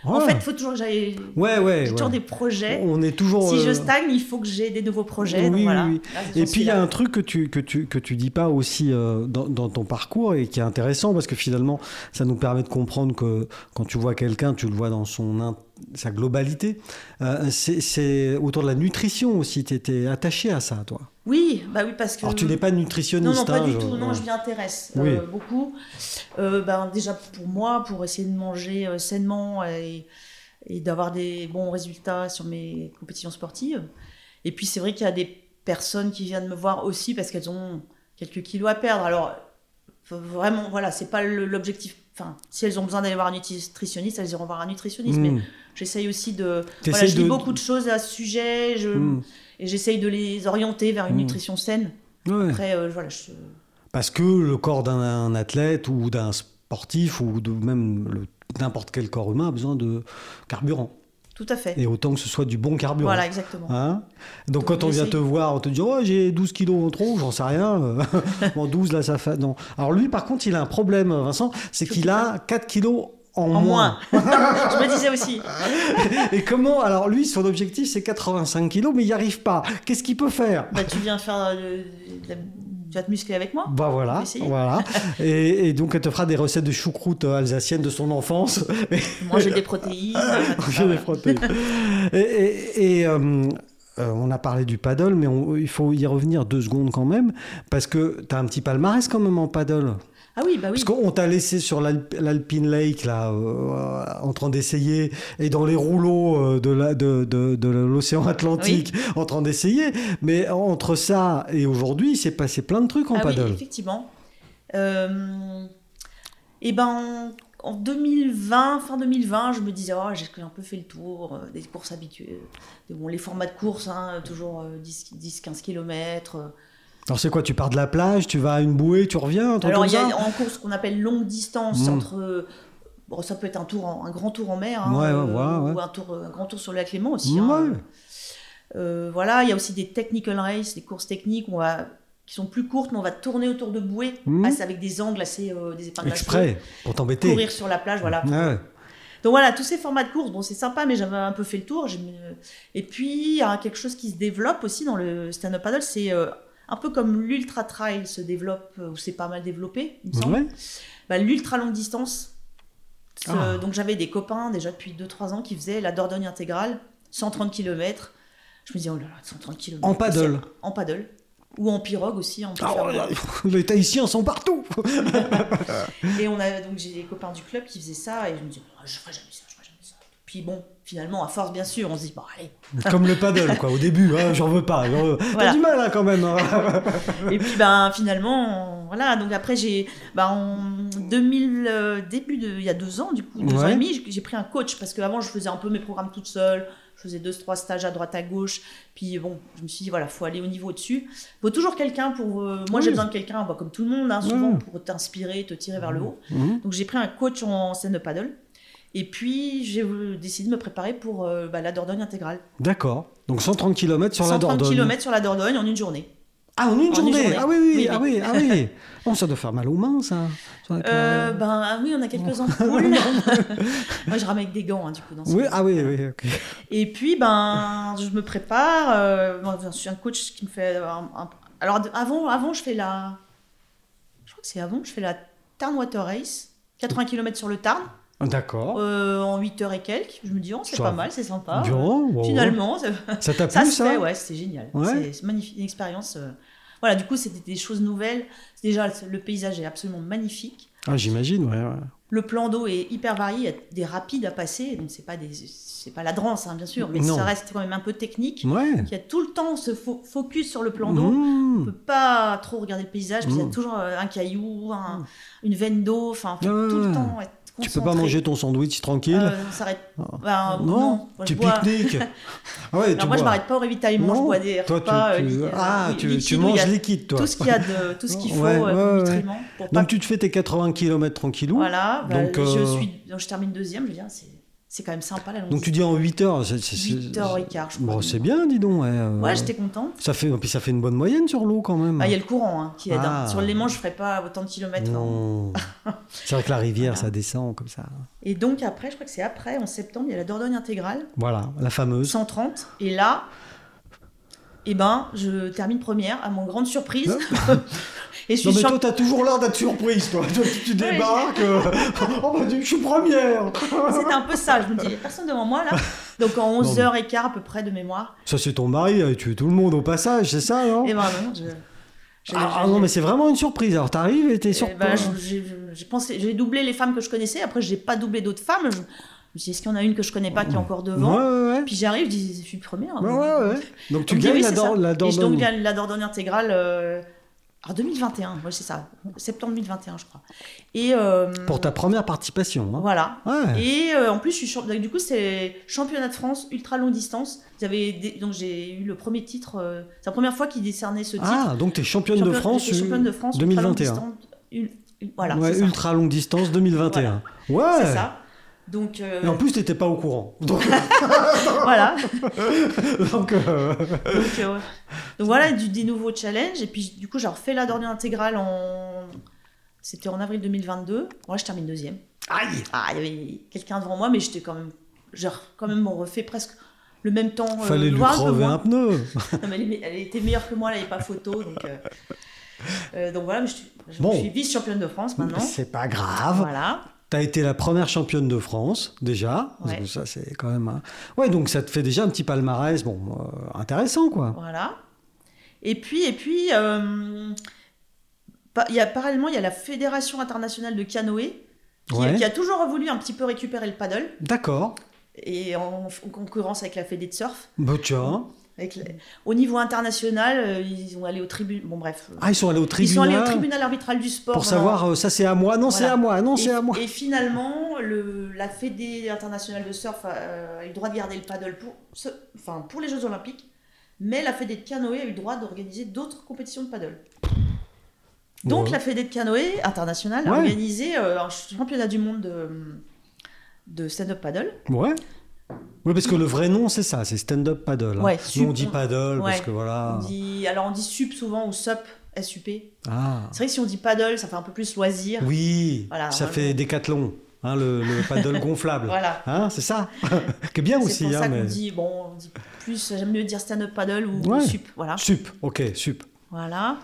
Speaker 2: en
Speaker 1: Ouais.
Speaker 2: fait, il faut toujours que j'aille.
Speaker 1: Ouais, ouais.
Speaker 2: J'ai toujours
Speaker 1: ouais.
Speaker 2: des projets.
Speaker 1: On est toujours.
Speaker 2: Si je
Speaker 1: euh,
Speaker 2: stagne, il faut que j'ai des nouveaux projets. donc
Speaker 1: Oui,
Speaker 2: voilà.
Speaker 1: oui,
Speaker 2: Là, j'en
Speaker 1: Et
Speaker 2: suis
Speaker 1: puis il y a
Speaker 2: là.
Speaker 1: un truc que tu que tu que tu dis pas aussi euh, dans, dans ton parcours et qui est intéressant parce que finalement ça nous permet de comprendre que quand tu vois quelqu'un tu le vois dans son in- sa globalité Euh, c'est- c'est autour de la nutrition aussi tu étais attaché à ça toi
Speaker 2: Oui, bah oui, parce que.
Speaker 1: alors tu n'es pas nutritionniste
Speaker 2: Non, non, pas
Speaker 1: hein,
Speaker 2: du
Speaker 1: je-
Speaker 2: tout. Non,
Speaker 1: ouais.
Speaker 2: je m'y intéresse
Speaker 1: Oui.
Speaker 2: euh, beaucoup. Euh, ben, déjà pour moi, pour essayer de manger euh, sainement et, et d'avoir des bons résultats sur mes compétitions sportives. Et puis c'est vrai qu'il y a des personnes qui viennent me voir aussi parce qu'elles ont quelques kilos à perdre. Alors faut vraiment, voilà, c'est pas le- l'objectif. Enfin, si elles ont besoin d'aller voir un nutritionniste, elles iront voir un nutritionniste.
Speaker 1: Mm.
Speaker 2: Mais euh, j'essaye aussi de. Voilà,
Speaker 1: T'essayes
Speaker 2: je lis
Speaker 1: de-
Speaker 2: beaucoup de choses à ce sujet je-
Speaker 1: Mm.
Speaker 2: et j'essaye de les orienter vers une
Speaker 1: Mm.
Speaker 2: nutrition saine.
Speaker 1: Ouais.
Speaker 2: Après, euh, voilà, je,
Speaker 1: parce que le corps d'un athlète ou d'un sportif ou de même le- n'importe quel corps humain a besoin de carburant
Speaker 2: Tout à fait.
Speaker 1: et autant que ce soit du bon carburant
Speaker 2: Voilà, exactement.
Speaker 1: Hein Donc
Speaker 2: Donc,
Speaker 1: quand on vient
Speaker 2: j'essaye.
Speaker 1: te voir, on te dit oh, j'ai 12 kilos en trop, j'en sais rien. euh, bon 12 là ça fait non. Alors lui par contre il a un problème Vincent, c'est
Speaker 2: Tout
Speaker 1: qu'il a 4 kilos en,
Speaker 2: En moins. je me disais aussi.
Speaker 1: Et comment Alors lui son objectif c'est 85 kilos mais il n'y arrive pas. Qu'est-ce qu'il peut faire
Speaker 2: Bah, tu viens faire euh, de la- tu vas te muscler avec moi
Speaker 1: bah voilà,
Speaker 2: Essayer.
Speaker 1: voilà. Et, et donc elle te fera des recettes de choucroute euh, alsacienne de son enfance.
Speaker 2: Moi, j'ai des protéines.
Speaker 1: Ah,
Speaker 2: euh, tout ça,
Speaker 1: Je l'ai
Speaker 2: voilà.
Speaker 1: frotté. Et, et- et, euh, euh, on a parlé du paddle, mais on- il faut y revenir deux secondes quand même, parce que tu as un petit palmarès quand même en paddle.
Speaker 2: Ah oui, bah
Speaker 1: Parce
Speaker 2: oui.
Speaker 1: qu'on t'a laissé sur l'Al- l'Alpine Lake, là, euh, en train d'essayer, et dans les rouleaux euh, de la- de- de- de l'océan Atlantique, en train d'essayer. Mais entre ça et aujourd'hui, il s'est passé plein de trucs en
Speaker 2: Ah oui,
Speaker 1: paddle.
Speaker 2: effectivement. Euh, et ben, en, en 2020, fin 2020, je me disais, oh, j'ai un peu fait le tour euh, des courses habituelles. Bon, les formats de courses, hein, toujours euh, 10, 10, 15 km.
Speaker 1: Alors c'est quoi Tu pars de la plage, tu vas à une bouée, tu reviens, un truc
Speaker 2: Alors,
Speaker 1: comme
Speaker 2: il y a
Speaker 1: ça
Speaker 2: en course ce qu'on appelle longue distance
Speaker 1: Mm.
Speaker 2: entre. euh, Bon, ça peut être un tour, en- un grand tour en mer, hein,
Speaker 1: Ouais, ouais,
Speaker 2: euh,
Speaker 1: ouais, ouais.
Speaker 2: ou un, tour, un grand tour sur le lac Léman aussi. hein.
Speaker 1: Ouais.
Speaker 2: Euh, voilà, il y a aussi des technical races, des courses techniques où on va, qui sont plus courtes, mais on va tourner autour de bouées,
Speaker 1: Mm.
Speaker 2: assez- avec des angles assez, euh, des épingles à cheveux,
Speaker 1: Exprès, Hmm. pour t'embêter. Ah
Speaker 2: courir sur la plage, voilà.
Speaker 1: Ouais.
Speaker 2: Donc voilà, tous ces formats de course, bon, c'est sympa, mais j'avais un peu fait le tour. j'ai- Et puis, il y a quelque chose qui se développe aussi dans le stand-up paddle, c'est euh, un peu comme l'ultra trail se développe, euh, ou c'est pas mal développé, il me semble.
Speaker 1: Ouais.
Speaker 2: bah, l'ultra longue distance. Ce-
Speaker 1: Ah.
Speaker 2: Donc j'avais des copains déjà depuis 2-3 ans qui faisaient la Dordogne intégrale, 130 km. Je me disais, oh là là, 130 km.
Speaker 1: En paddle.
Speaker 2: En paddle. Ou en pirogue aussi. on peut
Speaker 1: Ah
Speaker 2: faire-
Speaker 1: ouais, les Tahitiens sont partout.
Speaker 2: Et on a, donc j'ai des copains du club qui faisaient ça et je me disais, oh, je ferai jamais ça, je ferai jamais ça. Puis bon, finalement, à force, bien sûr, on se dit, bon, allez.
Speaker 1: Comme le paddle, quoi. Au début, hein, j'en veux pas. j'en veux- T'as
Speaker 2: Voilà.
Speaker 1: du mal, hein, quand même. hein.
Speaker 2: Et puis ben, finalement, on- voilà. Donc après, j'ai. ben, en 2000, euh, début de. Il y a deux ans, du coup, deux ans
Speaker 1: Ouais.
Speaker 2: et demi, j'ai- j'ai pris un coach parce qu'avant, je faisais un peu mes programmes toute seule. Je faisais deux, trois stages à droite, à gauche. Puis bon, je me suis dit, voilà, faut aller au niveau au-dessus. faut toujours quelqu'un pour. euh, moi,
Speaker 1: Oui.
Speaker 2: j'ai besoin de quelqu'un, bah, comme tout le monde, hein, souvent,
Speaker 1: Ouais.
Speaker 2: pour t'inspirer, te tirer vers le haut.
Speaker 1: Mhm.
Speaker 2: Donc j'ai pris un coach en scène de paddle. Et puis, j'ai euh, décidé de me préparer pour euh, bah, la Dordogne intégrale.
Speaker 1: D'accord. Donc 130 km sur
Speaker 2: 130
Speaker 1: la Dordogne.
Speaker 2: km sur la Dordogne en une journée.
Speaker 1: Ah, en une
Speaker 2: une
Speaker 1: journée.
Speaker 2: journée.
Speaker 1: Ah oui, oui,
Speaker 2: Oui,
Speaker 1: ah oui,
Speaker 2: oui.
Speaker 1: ah oui. Bon, ça doit faire mal aux mains, ça. Ça doit être,
Speaker 2: Euh,
Speaker 1: euh,
Speaker 2: ben ah oui, on a quelques ampoules. Moi, je rame avec des gants, hein, du coup. Dans ce
Speaker 1: Oui,
Speaker 2: cas.
Speaker 1: ah oui, oui. ok.
Speaker 2: Et puis, ben, je me prépare. euh, bon, je suis un coach qui me fait. euh, un- un- Alors, de- avant, avant, je fais la. Je crois que c'est avant, je fais la Tarn Water Race, 80 km sur le Tarn.
Speaker 1: Ah, D'accord.
Speaker 2: euh, en 8 heures et quelques. Je me dis, oh, c'est
Speaker 1: Ça
Speaker 2: pas
Speaker 1: va.
Speaker 2: mal, c'est sympa.
Speaker 1: Durant, wow.
Speaker 2: Finalement, ça,
Speaker 1: Ça t'a
Speaker 2: ça
Speaker 1: plu,
Speaker 2: se
Speaker 1: ça
Speaker 2: fait, ouais, c'était génial.
Speaker 1: Ouais.
Speaker 2: C'est- C'est magnifique, une expérience. euh, Voilà, du coup, c'était des choses nouvelles. Déjà, le paysage est absolument magnifique.
Speaker 1: Ah, j'imagine, ouais, ouais.
Speaker 2: Le plan d'eau est hyper varié, il y a des rapides à passer, donc c'est pas des, c'est pas la drance, hein, bien sûr, mais
Speaker 1: Non.
Speaker 2: ça reste quand même un peu technique.
Speaker 1: Ouais.
Speaker 2: Il y a tout le temps ce fo- focus sur le plan d'eau. On
Speaker 1: Mmh.
Speaker 2: peut pas trop regarder le paysage, parce qu'il y
Speaker 1: Mm.
Speaker 2: a toujours euh, un caillou, un- une veine d'eau, enfin, faut
Speaker 1: Ouais,
Speaker 2: tout
Speaker 1: ouais.
Speaker 2: le temps être
Speaker 1: Tu peux pas
Speaker 2: concentré.
Speaker 1: manger ton sandwich tranquille
Speaker 2: Euh, on s'arrête.
Speaker 1: Ah.
Speaker 2: Ben, non, Moi,
Speaker 1: tu
Speaker 2: je bois-
Speaker 1: pique-niques. Ah ouais,
Speaker 2: Alors
Speaker 1: tu
Speaker 2: moi, je
Speaker 1: bois.
Speaker 2: m'arrête pas au ravitaillement, je
Speaker 1: Non,
Speaker 2: bois des
Speaker 1: Toi, tu,
Speaker 2: repas.
Speaker 1: tu-
Speaker 2: euh, li-
Speaker 1: ah,
Speaker 2: euh,
Speaker 1: tu,
Speaker 2: liquides
Speaker 1: tu
Speaker 2: où il y a
Speaker 1: manges liquide, toi.
Speaker 2: tout ce qu'il y a de tout ce qu'il faut
Speaker 1: Ouais,
Speaker 2: euh,
Speaker 1: ouais,
Speaker 2: comme
Speaker 1: ouais.
Speaker 2: nutriments pour pas
Speaker 1: Donc, tu te fais tes 80 km tranquillou.
Speaker 2: voilà bah,
Speaker 1: Donc,
Speaker 2: je
Speaker 1: euh,
Speaker 2: suis donc je termine deuxième je veux dire c'est c'est quand même sympa la longue
Speaker 1: Donc, tu dis en 8 heures. c'est- c'est- c'est-
Speaker 2: 8 heures et quart je crois
Speaker 1: Bon, c'est bien, dis donc. Ouais, euh,
Speaker 2: ouais j'étais contente
Speaker 1: ça fait, puis ça fait une bonne moyenne sur l'eau quand même.
Speaker 2: Ah, il y a le courant hein, qui aide hein.
Speaker 1: Ah.
Speaker 2: sur les manches je ferais pas autant de kilomètres hein.
Speaker 1: Non. c'est vrai que la rivière,
Speaker 2: Voilà.
Speaker 1: ça descend comme ça.
Speaker 2: et donc après je crois que c'est après en septembre il y a la Dordogne intégrale
Speaker 1: Voilà, la fameuse.
Speaker 2: 130 et là eh ben je termine première à mon grande surprise et je suis
Speaker 1: Non mais
Speaker 2: champ-
Speaker 1: toi t'as toujours l'air d'être surprise toi, Toi, tu, tu
Speaker 2: Ouais.
Speaker 1: débarques, euh, oh bah, tu- je suis première
Speaker 2: C'était un peu ça, je me dis, il n'y a personne devant moi là. Donc en 11h15 à peu près de mémoire.
Speaker 1: Ça c'est ton mari, il a tué tout le monde au passage, c'est ça non
Speaker 2: Et ben non, je. je-
Speaker 1: ah, ah
Speaker 2: je-
Speaker 1: non mais c'est vraiment une surprise, alors t'arrives et t'es
Speaker 2: eh
Speaker 1: surprise.
Speaker 2: ben, je- j'ai- j'ai pensé, j'ai doublé les femmes que je connaissais, après j'ai pas doublé d'autres femmes. Je je me suis dit, est-ce qu'il y en a une que je connais pas qui est encore devant
Speaker 1: ouais, ouais,
Speaker 2: Puis j'arrive, je dis, je suis première.
Speaker 1: ouais. ouais, ouais, ouais. Donc tu
Speaker 2: On me dit,
Speaker 1: gagnes
Speaker 2: oui,
Speaker 1: la,
Speaker 2: c'est
Speaker 1: Dor-
Speaker 2: ça.
Speaker 1: la
Speaker 2: Et je donc
Speaker 1: Dordogne.
Speaker 2: gagne la Dordogne intégrale euh, en 2021, ouais, c'est ça, septembre 2021, je crois. Et. euh,
Speaker 1: Pour ta première participation. hein.
Speaker 2: Voilà.
Speaker 1: Ouais.
Speaker 2: Et euh, en plus, je suis champ- donc, du coup, c'est championnat de France ultra longue distance. Vous avez des- Donc j'ai eu le premier titre. euh, C'est la première fois qu'ils décernaient ce titre.
Speaker 1: Ah donc t'es championne de
Speaker 2: Championne-
Speaker 1: France, euh,
Speaker 2: j'étais championne de France ultra longue
Speaker 1: 2021.
Speaker 2: distance. Ul- ul- Voilà,
Speaker 1: ouais,
Speaker 2: c'est ça.
Speaker 1: ultra longue distance 2021. Ouais.
Speaker 2: C'est ça. Donc euh,
Speaker 1: Et en plus t'étais pas au courant. Donc,
Speaker 2: voilà.
Speaker 1: donc, euh,
Speaker 2: Donc, euh, ouais. Donc, voilà du, des nouveaux challenges. Et puis du coup, j'ai refait la Dordogne intégrale en. C'était en avril 2022. Moi, je termine deuxième.
Speaker 1: Aïe
Speaker 2: Ah, il y avait quelqu'un devant moi, mais j'étais quand même. J'ai quand même refait presque le même temps. euh,
Speaker 1: Fallait lui
Speaker 2: voire un peu
Speaker 1: crever
Speaker 2: moins.
Speaker 1: un pneu.
Speaker 2: Non, mais elle, est- elle était meilleure que moi, elle n'avait pas photo. Donc, euh, euh, donc voilà, mais je, suis- je
Speaker 1: Bon.
Speaker 2: suis vice-championne de France maintenant.
Speaker 1: C'est pas grave.
Speaker 2: Ah, Voilà.
Speaker 1: T'as été la première championne de France, déjà. Parce
Speaker 2: Ouais.
Speaker 1: que ça, c'est quand même. un- Ouais, donc ça te fait déjà un petit palmarès, bon, euh, intéressant, quoi.
Speaker 2: voilà. Et puis, et puis euh, pa- il y a, parallèlement, il y a la Fédération internationale de canoë qui,
Speaker 1: Ouais.
Speaker 2: qui a toujours voulu un petit peu récupérer le paddle
Speaker 1: D'accord.
Speaker 2: et en, en concurrence avec la Fédé de surf.
Speaker 1: Bah, tiens.
Speaker 2: Avec la- Au niveau international, euh, ils sont allés au tribunal. Bon, bref.
Speaker 1: Ah, ils sont allés au
Speaker 2: ils sont
Speaker 1: tribunal.
Speaker 2: allés au tribunal arbitral du sport.
Speaker 1: Pour
Speaker 2: pendant-
Speaker 1: savoir, euh, ça c'est à moi, non, c'est
Speaker 2: Voilà.
Speaker 1: à moi, non,
Speaker 2: Et-
Speaker 1: c'est à moi.
Speaker 2: Et finalement, le, la Fédé internationale de surf a, euh, a eu le droit de garder le paddle pour, ce- enfin, pour les Jeux Olympiques, mais la Fédé de canoë a eu le droit d'organiser d'autres compétitions de paddle. Donc
Speaker 1: Ouais.
Speaker 2: la Fédé de canoë internationale
Speaker 1: Ouais.
Speaker 2: a organisé euh, un championnat du monde de, de stand-up paddle.
Speaker 1: Ouais. Oui, parce que le vrai nom, c'est ça, c'est stand-up paddle. hein.
Speaker 2: Ouais,
Speaker 1: Nous,
Speaker 2: sup-
Speaker 1: on dit paddle parce
Speaker 2: Ouais.
Speaker 1: que voilà.
Speaker 2: On dit, alors on dit sup souvent ou sup, SUP.
Speaker 1: Ah.
Speaker 2: C'est vrai que si on dit paddle, ça fait un peu plus loisir.
Speaker 1: Oui,
Speaker 2: Voilà,
Speaker 1: ça
Speaker 2: voilà.
Speaker 1: fait décathlon, hein, le, le paddle gonflable.
Speaker 2: Voilà.
Speaker 1: Hein, c'est ça. que bien
Speaker 2: C'est
Speaker 1: aussi.
Speaker 2: pour
Speaker 1: hein,
Speaker 2: ça qu'on
Speaker 1: mais-
Speaker 2: dit, bon, on dit plus, j'aime mieux dire stand-up paddle ou
Speaker 1: Ouais.
Speaker 2: sup. Voilà.
Speaker 1: Sup, ok, sup.
Speaker 2: Voilà.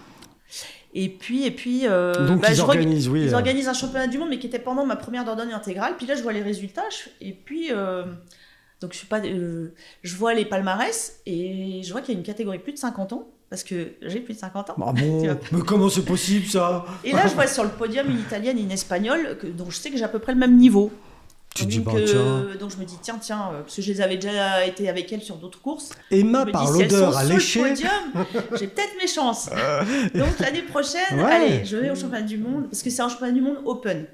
Speaker 2: Et puis, et puis euh,
Speaker 1: Donc
Speaker 2: bah,
Speaker 1: ils
Speaker 2: je reg-
Speaker 1: organisent, oui.
Speaker 2: ils
Speaker 1: euh,
Speaker 2: organisent un championnat du monde, mais qui était pendant ma première Dordogne intégrale. Puis là, je vois les résultats. je- Et puis, euh, donc je suis pas, euh, je vois les palmarès et je vois qu'il y a une catégorie plus de 50 ans, parce que j'ai plus de 50 ans.
Speaker 1: Ah bon
Speaker 2: Tu vas-
Speaker 1: Mais comment c'est possible ça
Speaker 2: Et là, je vois sur le podium une italienne et une espagnole, que- dont je sais que j'ai à peu près le même niveau.
Speaker 1: Tu
Speaker 2: donc, euh,
Speaker 1: dis
Speaker 2: une
Speaker 1: pas
Speaker 2: que-
Speaker 1: tiens.
Speaker 2: donc je me dis tiens tiens, euh, parce que je les avais déjà été avec elle sur d'autres courses.
Speaker 1: Emma
Speaker 2: Je me dis,
Speaker 1: par
Speaker 2: si elles
Speaker 1: l'odeur
Speaker 2: sont
Speaker 1: à
Speaker 2: sous le
Speaker 1: lécher. Ah.
Speaker 2: podium, J'ai peut-être mes chances. Donc l'année prochaine,
Speaker 1: Ouais.
Speaker 2: allez, je vais au championnat du monde parce que c'est un championnat du monde open.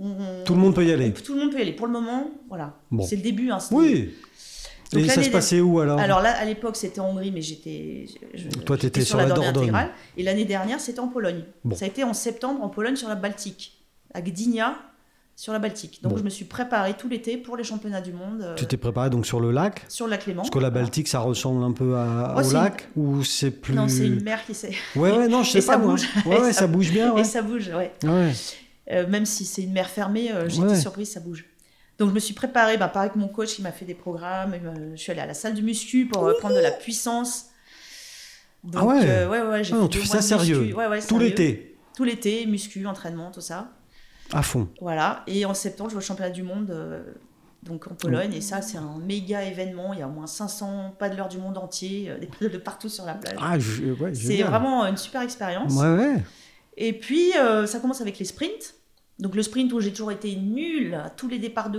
Speaker 2: On-
Speaker 1: Tout le monde peut y
Speaker 2: on-
Speaker 1: aller.
Speaker 2: tout le monde peut y aller. Pour le moment, voilà.
Speaker 1: Bon.
Speaker 2: C'est le début. hein, c'est-
Speaker 1: Oui.
Speaker 2: Donc,
Speaker 1: Et ça
Speaker 2: l'année
Speaker 1: se passait où alors,
Speaker 2: Alors là, à l'époque, c'était en Hongrie, mais j'étais. je- je-
Speaker 1: Toi, t'étais
Speaker 2: j'étais
Speaker 1: sur la Dordogne.
Speaker 2: intégrale. Et l'année dernière, c'était en Pologne.
Speaker 1: Bon.
Speaker 2: Ça a été en septembre en Pologne sur la Baltique, à Gdynia, sur la Baltique. Donc
Speaker 1: Bon.
Speaker 2: je me suis préparée tout l'été pour les championnats du monde euh,
Speaker 1: Tu t'es préparé donc sur le lac
Speaker 2: sur la Clément.
Speaker 1: Parce que la Baltique, ça ressemble un peu à,
Speaker 2: Oh,
Speaker 1: au
Speaker 2: c'est
Speaker 1: lac Ou c'est plus.
Speaker 2: Non, c'est une mer qui s'est.
Speaker 1: Ouais, ouais, non, je sais
Speaker 2: et
Speaker 1: pas
Speaker 2: ça
Speaker 1: moi.
Speaker 2: bouge.
Speaker 1: Ouais,
Speaker 2: Et
Speaker 1: ouais,
Speaker 2: ça-
Speaker 1: ça bouge bien, ouais.
Speaker 2: Et ça bouge, ouais.
Speaker 1: Ouais.
Speaker 2: Euh, même si c'est une mer fermée, euh, j'étais
Speaker 1: Ouais.
Speaker 2: surprise, ça bouge. Donc je me suis préparée, bah, pareil que mon coach qui m'a fait des programmes, il m'a- je suis allée à la salle de muscu pour euh, prendre de la puissance. Donc,
Speaker 1: Ah ouais.
Speaker 2: euh, ouais, ouais, j'ai
Speaker 1: Ah non,
Speaker 2: fait
Speaker 1: tu
Speaker 2: deux
Speaker 1: fais
Speaker 2: mois
Speaker 1: ça
Speaker 2: de muscu.
Speaker 1: sérieux.
Speaker 2: Ouais, ouais,
Speaker 1: Tout
Speaker 2: sérieux.
Speaker 1: l'été.
Speaker 2: Tout l'été, muscu, entraînement, tout ça.
Speaker 1: À fond.
Speaker 2: Voilà. Et en septembre, je vais au championnat du monde euh, donc en Pologne. Et ça, c'est un méga événement. Il y a au moins 500 paddleurs du monde entier, euh, des paddles de partout sur la plage.
Speaker 1: Ah, je- ouais,
Speaker 2: Euh, c'est
Speaker 1: génial.
Speaker 2: vraiment une super expérience.
Speaker 1: Ouais, ouais.
Speaker 2: Et puis, euh, ça commence avec les sprints. Donc, le sprint où j'ai toujours été nulle à tous les départs de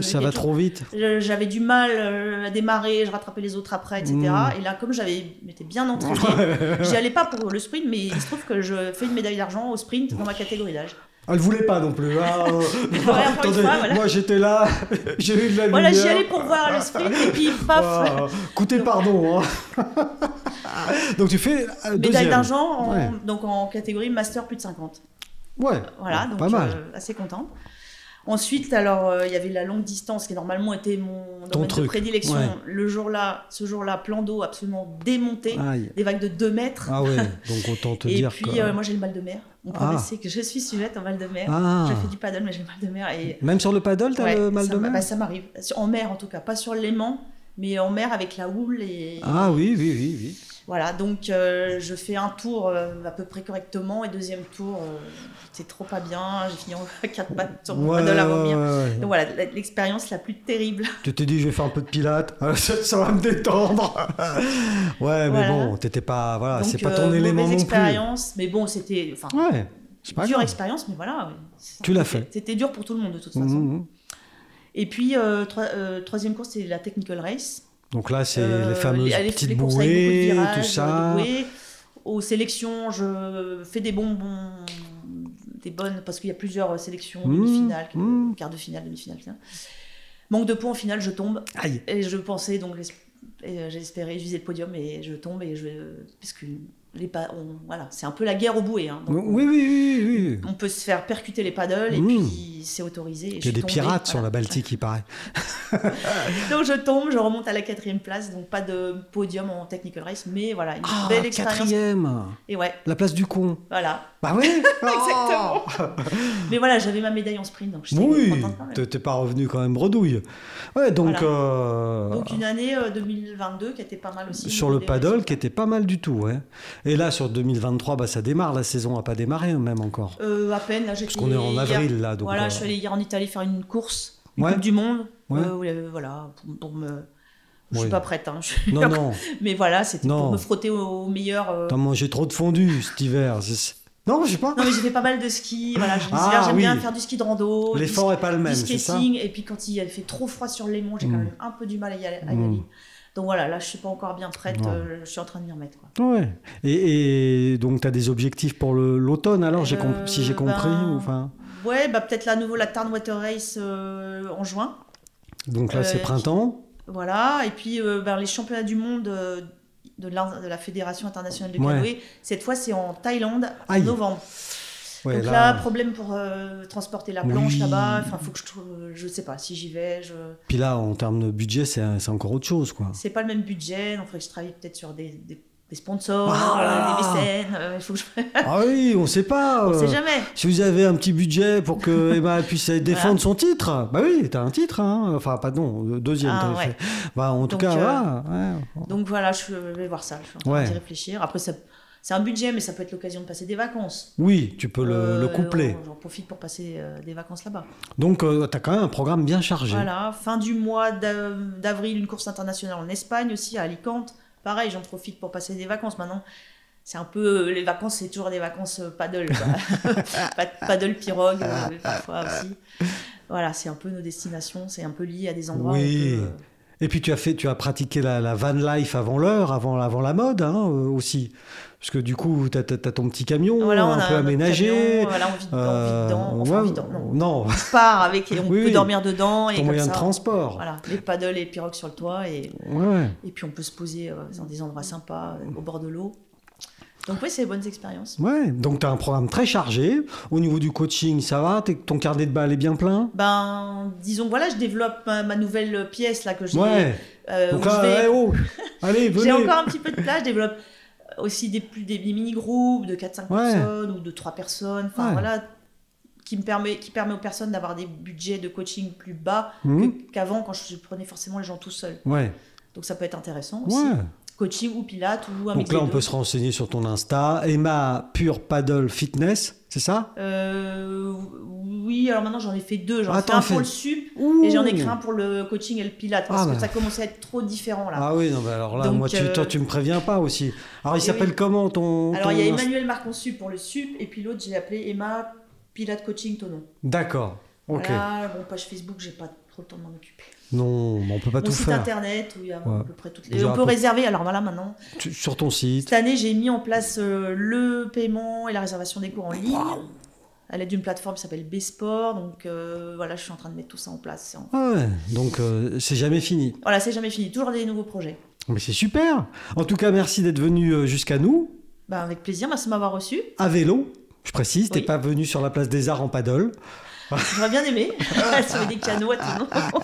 Speaker 1: Ça
Speaker 2: j'ai
Speaker 1: va
Speaker 2: toujours-
Speaker 1: trop vite.
Speaker 2: Je- J'avais du mal euh, à démarrer, je rattrapais les autres après, etc.
Speaker 1: Mm.
Speaker 2: Et là, comme j'avais, j'étais bien entraînée, J'y allais pas pour le sprint, mais il se trouve que je fais une médaille d'argent au sprint dans ma catégorie d'âge.
Speaker 1: Elle voulait pas non plus. Ah, euh,
Speaker 2: voilà, encore une
Speaker 1: attendez,
Speaker 2: fois, voilà.
Speaker 1: moi j'étais là, j'ai eu de la
Speaker 2: Voilà, j'y
Speaker 1: lumière.
Speaker 2: allais pour voir le sprint, et puis paf,
Speaker 1: Waouh, écoutez, pardon. hein. Donc tu fais euh,
Speaker 2: médaille
Speaker 1: deuxième.
Speaker 2: d'argent, en-
Speaker 1: Ouais.
Speaker 2: donc en catégorie master plus de 50.
Speaker 1: Ouais.
Speaker 2: Voilà, donc
Speaker 1: Ah, pas mal.
Speaker 2: euh, assez contente. Ensuite, alors euh, il y avait la longue distance qui normalement était mon domaine de
Speaker 1: truc,
Speaker 2: prédilection.
Speaker 1: ouais.
Speaker 2: Le jour-là, ce jour-là, plan d'eau absolument démonté,
Speaker 1: Aïe.
Speaker 2: des vagues de 2 mètres.
Speaker 1: Ah ouais. Donc autant te
Speaker 2: euh, et
Speaker 1: dire
Speaker 2: puis
Speaker 1: que.
Speaker 2: euh, moi j'ai le mal de mer. Mon
Speaker 1: Ah.
Speaker 2: prof sait que je suis sujette au mal de mer.
Speaker 1: ah.
Speaker 2: Je fais du paddle mais j'ai le mal de mer et
Speaker 1: Même sur le paddle, t'as
Speaker 2: Ouais,
Speaker 1: le mal
Speaker 2: ça
Speaker 1: de
Speaker 2: m'a-
Speaker 1: mer.
Speaker 2: bah, Ça m'arrive. Sur- En mer, en tout cas. Pas sur l'aimant, mais en mer avec la houle. Et...
Speaker 1: Ah oui, oui, oui, oui.
Speaker 2: Voilà, donc euh, je fais un tour euh, à peu près correctement et deuxième tour, euh, c'est trop pas bien. J'ai fini en quatre pattes sur mon
Speaker 1: Ouais,
Speaker 2: paddle à
Speaker 1: ouais,
Speaker 2: vomir.
Speaker 1: ouais, ouais.
Speaker 2: Donc voilà, la- l'expérience la plus terrible.
Speaker 1: Tu t'es dit, je vais faire un peu de pilates, ça, ça va me détendre. ouais, mais
Speaker 2: Voilà.
Speaker 1: bon, t'étais pas. Voilà,
Speaker 2: donc,
Speaker 1: Ah, c'est pas
Speaker 2: euh,
Speaker 1: ton
Speaker 2: mauvaise
Speaker 1: élément non plus.
Speaker 2: expérience, mais bon, c'était. Enfin,
Speaker 1: Ouais, c'est pas
Speaker 2: dure
Speaker 1: grave.
Speaker 2: expérience, mais voilà. ouais.
Speaker 1: Tu l'as fait.
Speaker 2: C'était dur pour tout le monde de toute façon.
Speaker 1: Mhm, mhm.
Speaker 2: Et puis, euh, trois- euh, troisième course, c'est la Technical Race.
Speaker 1: Donc là, c'est
Speaker 2: Euh,
Speaker 1: les fameuses
Speaker 2: les- les
Speaker 1: petites
Speaker 2: courses avec beaucoup de
Speaker 1: bouées,
Speaker 2: virages,
Speaker 1: tout ça.
Speaker 2: des bouées. Aux sélections, je fais des bonbons, des bonnes, parce qu'il y a plusieurs sélections,
Speaker 1: Mmh,
Speaker 2: demi-finale, que-
Speaker 1: mmh.
Speaker 2: quart de finale, demi-finale. etc. Manque de points, en finale, je tombe.
Speaker 1: Aïe.
Speaker 2: Et je pensais, donc, l'es- et, euh, j'ai espéré, je visais le podium et je tombe. Et je, euh, parce que les pas, on- voilà, c'est un peu la guerre aux bouées. hein. Donc,
Speaker 1: Oui, oui, oui, oui. oui.
Speaker 2: On peut se faire percuter les paddles et
Speaker 1: Mmh.
Speaker 2: puis c'est autorisé. et je
Speaker 1: Il y a
Speaker 2: suis
Speaker 1: des
Speaker 2: tombée,
Speaker 1: pirates sur
Speaker 2: voilà.
Speaker 1: la Baltique, il paraît.
Speaker 2: Donc je tombe, je remonte à la quatrième place, donc pas de podium en technical race, mais voilà, une
Speaker 1: Ah,
Speaker 2: belle expérience.
Speaker 1: quatrième
Speaker 2: Et ouais,
Speaker 1: La place du con.
Speaker 2: voilà.
Speaker 1: Bah ouais
Speaker 2: Exactement. Mais voilà, j'avais ma médaille en sprint, donc j'étais
Speaker 1: Oui,
Speaker 2: contente quand même.
Speaker 1: t'es- t'es pas revenu quand même bredouille. Ouais, donc,
Speaker 2: Voilà.
Speaker 1: euh,
Speaker 2: Donc une année euh, 2022 qui était pas mal aussi.
Speaker 1: sur le paddle qui était pas mal du tout. Ouais. Et là, sur 2023, bah, ça démarre. La saison a pas démarré hein, même encore.
Speaker 2: Euh, à peine, là j'étais.
Speaker 1: Parce qu'on est en
Speaker 2: hier-
Speaker 1: avril là. Donc,
Speaker 2: voilà,
Speaker 1: euh,
Speaker 2: je suis allée hier en Italie faire une course, une
Speaker 1: Ouais.
Speaker 2: Coupe du Monde.
Speaker 1: Ouais.
Speaker 2: euh, où il y avait- voilà, pour, pour me. Je suis
Speaker 1: Ouais.
Speaker 2: pas prête, hein. je-
Speaker 1: Non, non,
Speaker 2: mais voilà, c'était
Speaker 1: Non.
Speaker 2: pour me frotter au, au meilleur. euh,
Speaker 1: t'as mangé trop de fondue cet hiver. c'est- Non, je sais pas.
Speaker 2: Non, mais j'ai fait pas mal de ski. Voilà, j'ai-
Speaker 1: Ah,
Speaker 2: j'aime
Speaker 1: oui.
Speaker 2: bien faire du ski de rando. du
Speaker 1: L'effort est pas le même,
Speaker 2: du
Speaker 1: c'est ça
Speaker 2: skating, et puis quand il fait trop froid sur les monts, j'ai quand
Speaker 1: Mm.
Speaker 2: même un peu du mal à y aller. à y
Speaker 1: Mm.
Speaker 2: aller. Donc voilà, là je suis pas encore bien prête,
Speaker 1: Ouais.
Speaker 2: euh, je suis en train de m'y remettre. quoi.
Speaker 1: Ouais. Et, et donc, t'as des objectifs pour le- l'automne alors, j'ai com-
Speaker 2: Euh,
Speaker 1: si j'ai compris.
Speaker 2: ben,
Speaker 1: ou, enfin.
Speaker 2: Ouais, bah peut-être là à nouveau la Tarn Water Race euh, en juin.
Speaker 1: Donc là,
Speaker 2: euh,
Speaker 1: c'est printemps.
Speaker 2: Voilà, et puis euh, ben, les championnats du monde euh, de, la, de la Fédération internationale de
Speaker 1: Ouais.
Speaker 2: canoë, cette fois c'est en Thaïlande en
Speaker 1: Aïe.
Speaker 2: novembre.
Speaker 1: Ouais,
Speaker 2: Donc là, problème pour euh, transporter la planche
Speaker 1: Oui.
Speaker 2: là-bas, enfin faut que je trouve, euh, je sais pas si j'y vais, je
Speaker 1: Puis là, en termes de budget, c'est c'est encore autre chose, quoi.
Speaker 2: c'est pas le même budget, donc il faudrait que je travaille peut-être sur des, des- des sponsors,
Speaker 1: Voilà.
Speaker 2: euh, des mécènes, euh, il faut que je...
Speaker 1: Ah oui, on sait pas.
Speaker 2: on
Speaker 1: euh,
Speaker 2: sait jamais.
Speaker 1: Si vous avez un petit budget pour que Emma puisse défendre
Speaker 2: Voilà.
Speaker 1: son titre, bah oui, t'as un titre, hein. enfin pas non, le deuxième.
Speaker 2: Ah,
Speaker 1: t'avais
Speaker 2: ouais.
Speaker 1: fait. Bah en tout
Speaker 2: Donc,
Speaker 1: cas,
Speaker 2: euh,
Speaker 1: voilà, ouais.
Speaker 2: Donc voilà, je vais voir ça, je suis en train
Speaker 1: Ouais.
Speaker 2: d'y réfléchir. Après, ça- c'est un budget, mais ça peut être l'occasion de passer des vacances.
Speaker 1: oui, tu peux le, le
Speaker 2: Euh,
Speaker 1: coupler.
Speaker 2: on- J'en profite pour passer euh, des vacances là-bas.
Speaker 1: Donc euh, t'as quand même un programme bien chargé.
Speaker 2: Voilà, fin du mois d'a- d'avril, une course internationale en Espagne aussi, à Alicante. Pareil, j'en profite pour passer des vacances maintenant. C'est un peu les vacances, c'est toujours des vacances euh, paddle, quoi. Pad- paddle pirogue euh, parfois aussi. Voilà, c'est un peu nos destinations, c'est un peu lié à des endroits. où on
Speaker 1: Oui.
Speaker 2: peut, euh,
Speaker 1: Et puis tu as fait, tu as pratiqué la, la van life avant l'heure, avant, avant la mode hein, euh, aussi, parce que du coup t'as as, ton petit camion
Speaker 2: euh, voilà, on
Speaker 1: un
Speaker 2: a
Speaker 1: peu
Speaker 2: notre
Speaker 1: aménagé.
Speaker 2: camion, voilà, on vit dedans, on
Speaker 1: Euh,
Speaker 2: vit dedans, enfin, on
Speaker 1: ouais,
Speaker 2: vit dedans, non.
Speaker 1: non,
Speaker 2: On part avec et on
Speaker 1: Oui,
Speaker 2: peut
Speaker 1: oui.
Speaker 2: dormir dedans et
Speaker 1: ton
Speaker 2: comme
Speaker 1: moyen de
Speaker 2: ça,
Speaker 1: transport.
Speaker 2: Voilà, les paddles et les pirogues sur le toit et,
Speaker 1: Ouais.
Speaker 2: et puis on peut se poser euh, dans des endroits sympas euh, au bord de l'eau. Donc oui, c'est des bonnes expériences.
Speaker 1: Ouais, donc tu as un programme très chargé. Au niveau du coaching, ça va T'es- Ton carnet de balles est bien plein
Speaker 2: Ben, disons que voilà, je développe ma, ma nouvelle pièce là que j'ai.
Speaker 1: Ouais,
Speaker 2: euh,
Speaker 1: donc
Speaker 2: où je vais-
Speaker 1: là, eh oh Allez, venez
Speaker 2: j'ai encore un petit peu de place. Je développe euh, aussi des, plus- des, des mini-groupes de 4-5
Speaker 1: Ouais.
Speaker 2: personnes ou de 3 personnes. Enfin
Speaker 1: Ouais.
Speaker 2: voilà, qui, me permet, qui permet aux personnes d'avoir des budgets de coaching plus bas
Speaker 1: Hmm
Speaker 2: que- qu'avant quand je prenais forcément les gens tout seul.
Speaker 1: Ouais,
Speaker 2: Donc ça peut être intéressant aussi.
Speaker 1: ouais.
Speaker 2: coaching ou pilates ou un mix
Speaker 1: Donc là,
Speaker 2: des
Speaker 1: on
Speaker 2: deux.
Speaker 1: peut se renseigner sur ton Insta. Emma Pure Paddle Fitness, c'est ça
Speaker 2: Euh, oui, alors maintenant j'en ai fait deux. J'en ai fait
Speaker 1: Attends,
Speaker 2: un
Speaker 1: fais-
Speaker 2: pour le sup et j'en ai créé un pour le coaching et le pilates parce
Speaker 1: Ah,
Speaker 2: que
Speaker 1: bah.
Speaker 2: ça commençait à être trop différent là.
Speaker 1: Ah oui, non, mais alors là,
Speaker 2: Donc,
Speaker 1: moi, tu,
Speaker 2: euh,
Speaker 1: toi, tu me préviens pas aussi. Alors, il
Speaker 2: Eh
Speaker 1: s'appelle
Speaker 2: oui.
Speaker 1: comment ton. ton
Speaker 2: alors il y a
Speaker 1: Insta-
Speaker 2: Emmanuel Marcon sup pour le sup et puis l'autre j'ai appelé Emma Pilates Coaching Tonon.
Speaker 1: D'accord, ok.
Speaker 2: Voilà, bon, page Facebook, j'ai pas trop le temps de m'en occuper.
Speaker 1: Non, mais on peut pas
Speaker 2: Mon
Speaker 1: tout
Speaker 2: site
Speaker 1: faire.
Speaker 2: internet où il y a
Speaker 1: Ouais.
Speaker 2: à peu près toutes
Speaker 1: Vous
Speaker 2: les. On
Speaker 1: aurez
Speaker 2: peut
Speaker 1: tout.
Speaker 2: réserver, alors voilà maintenant.
Speaker 1: Tu- sur ton site.
Speaker 2: Cette année, j'ai mis en place euh, le paiement et la réservation des cours en ligne à l'aide d'une plateforme qui s'appelle B-Sport. Donc euh, voilà, je suis en train de mettre tout ça en place. C'est en-
Speaker 1: Ah ouais, donc euh, c'est jamais fini.
Speaker 2: Voilà, c'est jamais fini. Toujours des nouveaux projets.
Speaker 1: Mais c'est super. En tout cas, merci d'être venu euh, jusqu'à nous,
Speaker 2: Ben, avec plaisir, merci de m'avoir reçu.
Speaker 1: à vélo. Je précise, t'es
Speaker 2: Oui.
Speaker 1: pas venu sur la place des arts en paddle.
Speaker 2: J'aurais bien aimé. Sauver des canaux à tout le monde.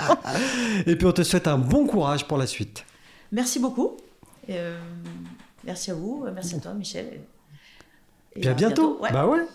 Speaker 1: Et puis on te souhaite un bon courage pour la suite.
Speaker 2: Merci beaucoup. Euh, merci à vous. Merci à toi, Michel. Et
Speaker 1: puis à bientôt.
Speaker 2: ouais.
Speaker 1: Bah ouais.